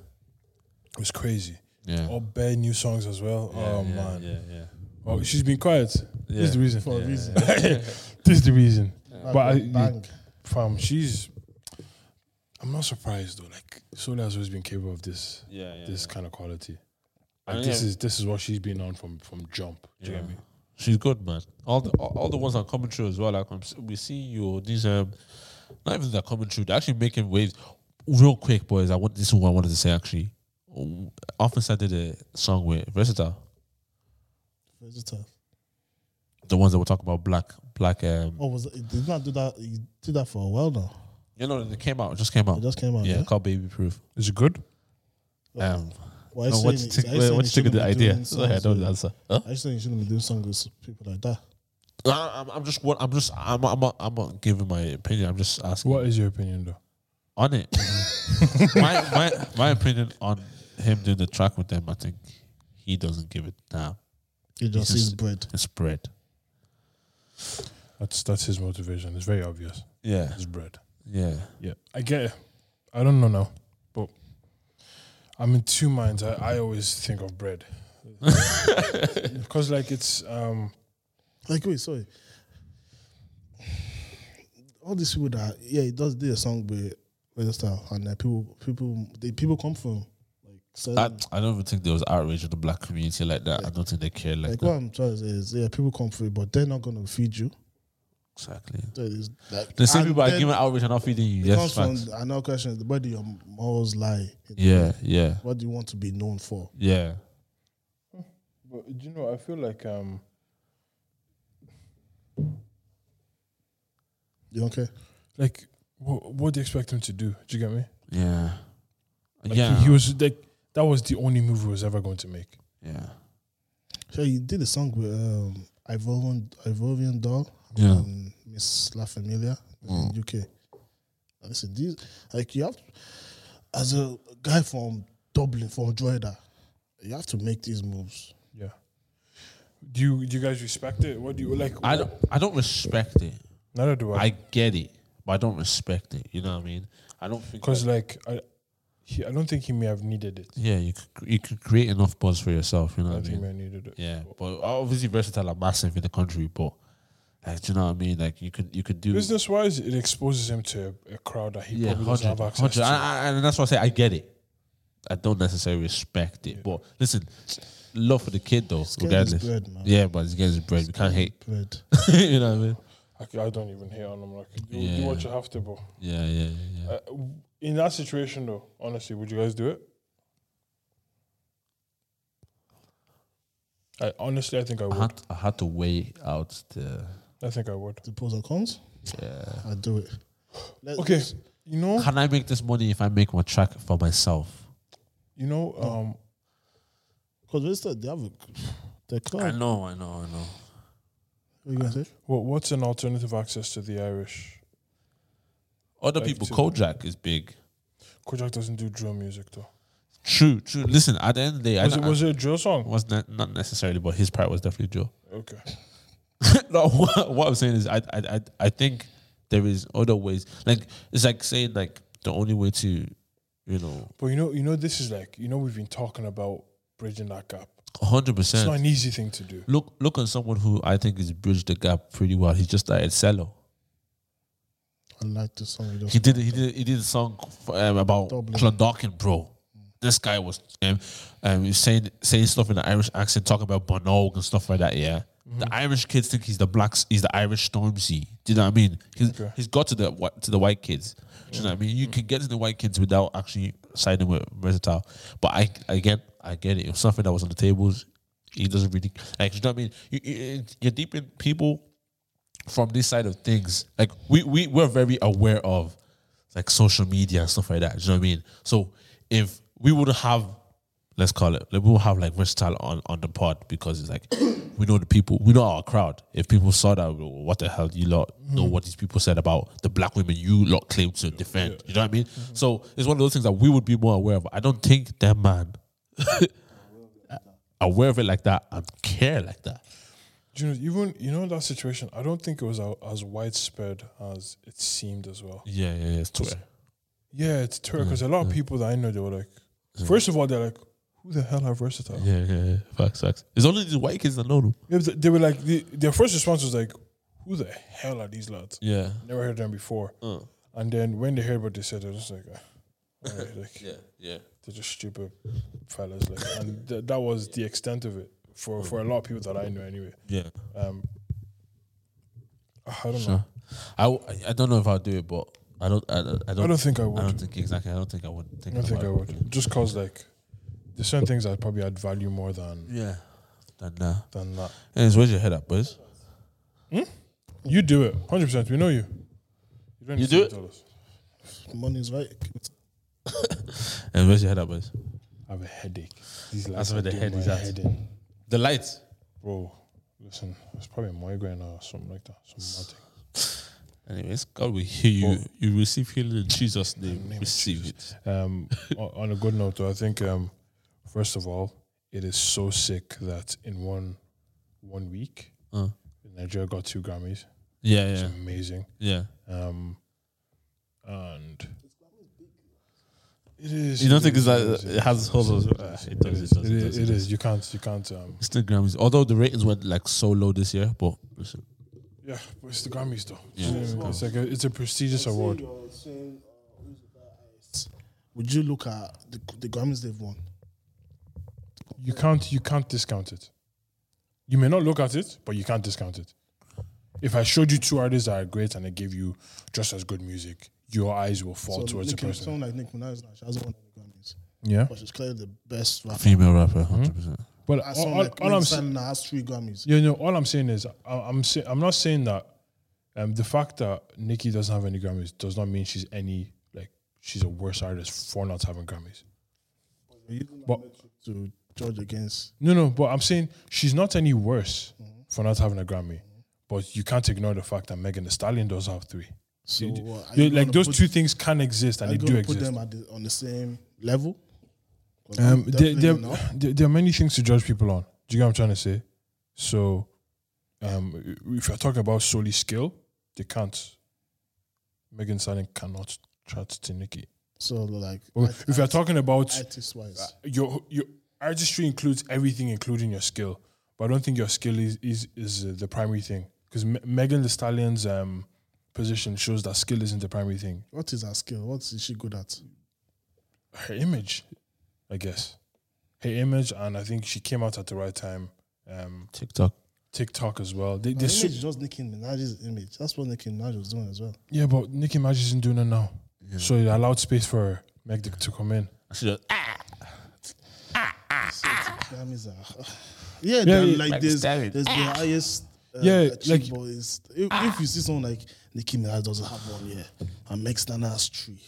S4: it was crazy.
S6: Yeah.
S4: All bad new songs as well. oh
S6: yeah,
S4: man.
S6: Yeah, yeah.
S9: Oh, she's been quiet. This is the reason. For
S2: a reason.
S9: this is the reason. But I,
S2: Bang.
S4: From
S9: she's. I'm not surprised though. Like Sonia has always been capable of this.
S6: Yeah, yeah.
S9: this kind of quality.
S6: I
S9: Like
S6: mean,
S9: this
S6: yeah.
S9: is this is what she's been on from from jump. Do you get me?
S6: She's good, man. All the all, all the ones that coming through as well. Like I'm, s- we see you these um, not even that coming through. They're actually making waves. Real quick, boys. I want this is what I wanted to say actually. Um, Officer did a song with Versatile.
S2: Versatile.
S6: The ones that were talking about black, black. Um,
S2: Oh, was it, it did not do that? He did that for a while now.
S6: you know, it came out. It just came
S2: It
S4: Oh,
S6: out.
S2: just came out.
S6: yeah,
S2: Yeah.
S6: called Baby Proof.
S9: Is it good?
S6: Um,
S2: Why
S6: no, what do you think? What do you think of the idea? Go ahead, don't answer. Huh?
S2: I just think you shouldn't be doing songs with people like that.
S6: I, I'm, I'm just, what- I'm just, I'm, I'm, not, I'm not giving my opinion. I'm just asking
S9: What is your opinion though?
S6: on it. my, my, my opinion on him doing the track with them. I think he doesn't give it damn.
S2: It just
S6: It's
S2: is
S6: just-
S2: bread.
S6: It's bread.
S4: that's that's his motivation. It's very obvious.
S6: Yeah,
S4: It's bread.
S6: yeah,
S4: Yeah, I get it. I don't know now, but I'm in two minds. I, I always think of bread because like it's um
S2: Like wait, sorry. All these people that yeah, he does do a song with Versatile, and uh, people people they people come from like certain,
S6: I, I don't even think there was outrage in the black community like that. I don't think they care like,
S2: like
S6: that.
S2: what I'm trying to say is yeah, people come from, but they're not gonna feed you.
S6: Exactly.
S2: So it's like,
S6: The same
S2: and
S6: people are
S2: then
S6: giving outrage and not feeding you.
S2: It
S6: Yes,
S2: comes
S6: facts.
S2: from another question: where do your morals lie?
S6: Yeah, yeah,
S2: What do you want to be known for?
S6: yeah.
S4: But do you know, I feel like um,
S2: You okay?
S4: like what, what do you expect him to do? Do you get me?
S6: Yeah.
S4: Like
S6: yeah.
S4: he, he was like that was the only move he was ever going to make.
S6: yeah.
S2: So you did a song with um, Ivorian Ivorian Doll
S6: Yeah.
S2: and Um, Miss La Familia
S6: Mm.
S2: in UK. I said, these like you have as a guy from Dublin from Droida, you have to make these moves.
S4: Yeah. Do you do you guys respect it? What do you like?
S6: I don't. I don't respect it.
S4: Neither do
S6: I
S4: I.
S6: get it, but I don't respect it. You know what I mean? I don't think.
S4: Because like I, he, I don't think he may have needed it.
S6: yeah, you could, you could create enough buzz for yourself. You know
S4: I
S6: what I
S4: don't
S6: mean?
S4: think he may have needed it.
S6: Yeah, but obviously versatile are massive in the country, but like, do you know what I mean? Like you could you could do
S4: Business wise, it exposes him to a, a crowd that he
S6: yeah,
S4: probably doesn't have
S6: 100,
S4: access
S6: 100.
S4: to.
S6: I- I- and that's why I say I get it. I don't necessarily respect it, but listen, love for the kid though,
S2: Scared is
S6: regardless.
S2: bread, man.
S6: Yeah, but he's getting his bread. We can't hate.
S2: Bread.
S6: you know what I mean?
S4: I, c- I don't even hate on him. Like do, do
S6: Yeah.
S4: what you have to, bro.
S6: Yeah, yeah, yeah. yeah.
S4: Uh, w- in that situation, though, honestly, would you guys do it? I honestly, I think I
S6: I
S4: would.
S6: had I had to weigh out the
S4: I think I would.
S2: The pros and cons.
S6: yeah.
S2: I do it. Let's-
S4: Okay, you know,
S6: Can I make this money if I make my track for myself?
S4: you know, um,
S2: Because Vista, they have a the club.
S6: know, I know, I know.
S2: What you gonna say?
S4: what what's an alternative access to the Irish?
S6: Other
S4: Like
S6: people,
S4: to-
S6: Kojak is big.
S4: Kojak doesn't do drill music though.
S6: True, true. Listen, at the end of the day,
S4: Was
S6: I,
S4: it was it a drill song?
S6: was ne- not necessarily, but his part was definitely Joe.
S4: Okay,
S6: no, what, what I'm saying is, I, I, I, I think there is other ways. Like it's like saying like the only way to, you know,
S4: but you know, you know, this is like you know, we've been talking about bridging that gap.
S6: hundred
S4: It's not
S6: percent.
S4: an easy thing to do.
S6: Look, look on someone who I think has bridged the gap pretty well. He just started cello.
S2: I like this song. you just
S6: He did, he did, he did a song um, about
S2: Dublin.
S6: Clondalkin, bro. This guy was um, um, he was saying saying stuff in an Irish accent, talking about Bonog and stuff like that. Yeah, The Irish kids think he's the blacks. He's the Irish Stormzy. Do you know what I mean? He's, he's got to the whi- to the white kids. Do you know what I mean? You can get to the white kids without actually siding with Versatile. But I again, I get it. It was something that was on the tables. He doesn't really like. do You know what I mean? You, you, you're deep in people from this side of things, like we we we're very aware of like social media and stuff like that. Do you know what I mean? So if we would have, let's call it, like we would have like versatile on on the pod because it's like we know the people, we know our crowd. If people saw that, well, what the hell do you lot know what these people said about the black women you lot claim to defend? You know what I mean? So it's one of those things that we would be more aware of. I don't think that man aware of it like that and care like that.
S4: Do you know, even you know that situation. I don't think it was a- as widespread as it seemed as well.
S6: Yeah, yeah, yeah. It's Twitter.
S4: Yeah, it's true because a lot of people that I know they were like, first of all, they're like, who the hell are versatile? Yeah,
S6: Yeah, yeah, yeah. Facts, facts. It's only these white kids that know them.
S4: but they were like, the, their first response was like, who the hell are these lads?
S6: Yeah.
S4: Never heard them before.
S6: Uh,
S4: And then when they heard what they said, they're just like, ah, alright, like
S6: Yeah, yeah.
S4: they're just stupid fellas. Like, and th- that was the extent of it for for a lot of people that I know anyway.
S6: Yeah.
S4: Um, I don't know.
S6: Sure. I, w- I- I don't know if I'll do it, but I don't I, don't- I don't
S4: I don't think I would.
S6: I don't think exactly. I don't think I would think
S4: I don't think I
S6: about it.
S4: would. Just cause like there's certain things I'd probably add value more than
S6: Yeah. Then nah.
S4: than that.
S6: Anyways, where's your head at, boys?
S4: You do it, hundred percent. We know you. You, don't
S6: You
S4: need
S6: do
S4: to
S6: it?
S4: tell us.
S2: Money's right.
S6: And where's your head at, boys?
S4: I have a headache. These lights
S6: That's where
S4: are
S6: the
S4: doing
S6: head
S4: my
S6: is at.
S4: in.
S6: The lights.
S4: Bro, listen, it's probably migraine or something like that. Some mad thing.
S6: Anyways, God will heal you. You receive healing in Jesus' name.
S4: name of
S6: receive it.
S4: Um, o- on a good note, though, I think um, first of all, it is so sick that in one one week,
S6: Uh.
S4: Nigeria got two Grammys.
S6: Yeah,
S4: It's
S6: yeah,
S4: amazing.
S6: yeah.
S4: Um, and it is.
S6: You don't
S4: it
S6: think
S4: is,
S6: it's
S4: is,
S6: like it has
S4: is,
S6: hold on?
S4: it is,
S6: It does. It
S4: It
S6: does. It
S4: is.
S6: does.
S4: It is. You can't. You can't. Um,
S6: It's the Grammys. Although the ratings were like so low this year, but listen,
S4: yeah, but it's the Grammys though.
S6: Yeah.
S4: It's like a, it's a prestigious award.
S2: uh, Would you look at the, the Grammys they've won?
S4: You can't. You can't discount it. You may not look at it, but you can't discount it. If I showed you two artists that are great and I gave you just as good music, your eyes will fall
S2: so
S4: towards the
S2: Nicki-
S4: person.
S2: someone like Nicki Minaj, now, she hasn't won any Grammys,
S4: yeah,
S2: but she's clearly the best rapper.
S6: female
S4: Mm-hmm.
S6: rapper, 100 percent.
S4: but
S2: And
S4: all,
S2: someone
S4: all-
S2: like
S4: all
S2: Meg
S4: I'm saying,
S2: Stallion now has three Grammys.
S4: you know, all I'm saying is, I, I'm say, I'm not saying that. Um, the fact that Nicki doesn't have any Grammys does not mean she's any like she's a worse artist for not having Grammys.
S2: You're using that
S4: But-
S2: metric to judge against.
S4: No, no, but I'm saying she's not any worse
S2: Mm-hmm.
S4: for not having a Grammy. But you can't ignore the fact that Megan Thee Stallion does have three.
S2: So
S4: You-
S2: what, are
S4: you-
S2: you
S4: like
S2: gonna
S4: those
S2: put-
S4: two things can exist and they
S2: Are you
S4: do
S2: going to put
S4: exist.
S2: them at the, on the same level? 'Cause
S4: Um,
S2: I'm
S4: there, there,
S2: definitely not.
S4: there, there are many things to judge people on. Do you get what I'm trying to say? So, um, if you're talking about solely skill, they can't. Megan Thee Stallion cannot chat to Nicki.
S2: So like,
S4: If you're talking about uh,
S2: artist wise,
S4: your your artistry includes everything, including your skill. But I don't think your skill is is, is uh, the primary thing because Me- Megan Thee Stallion's um, position shows that skill isn't the primary thing.
S2: what is her skill? What is she good at?
S4: Her image, I guess, her image, and I think she came out at the right time. Um,
S6: TikTok.
S4: TikTok as well. They,
S2: Her
S4: they
S2: image
S4: su-
S2: is just Nicki Minaj's image. That's what Nicki Minaj was doing as well.
S4: yeah, but Nicki Minaj isn't doing it now, so it allowed space for Meg to come in.
S6: She just, ah,
S2: Grammys are, uh, yeah,
S4: Yeah,
S2: they're
S4: yeah.
S2: like
S6: Like
S2: there's,
S6: staring.
S2: there's the highest. Uh,
S4: Yeah,
S2: achieved,
S4: like-
S2: but it's- if, if you see someone like Nicki Minaj doesn't have one, yeah, and Meg Stallion has three.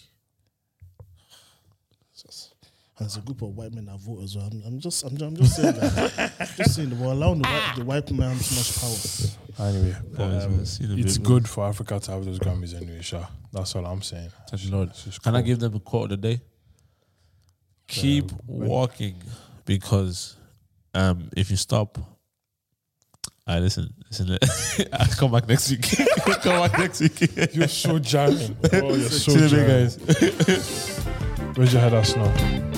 S2: Just- And it's a group of white men that vote as well. I'm, I'm just, I'm, I'm just saying that. just saying, we're allowing the white, the white man too much power.
S4: Anyway,
S6: Boys,
S4: um,
S6: we've seen a
S4: it's
S6: bit,
S4: good for Africa to have those Grammys anyway, Sha. That's all I'm saying.
S6: Touch Lord. Can I give them a quote of the day? Keep walking because um, if you stop, I listen, listen. I'll come back next week. come back next week.
S4: You're so jarring. Oh, you're so
S6: See you later,
S4: jarring. Where's your head at now?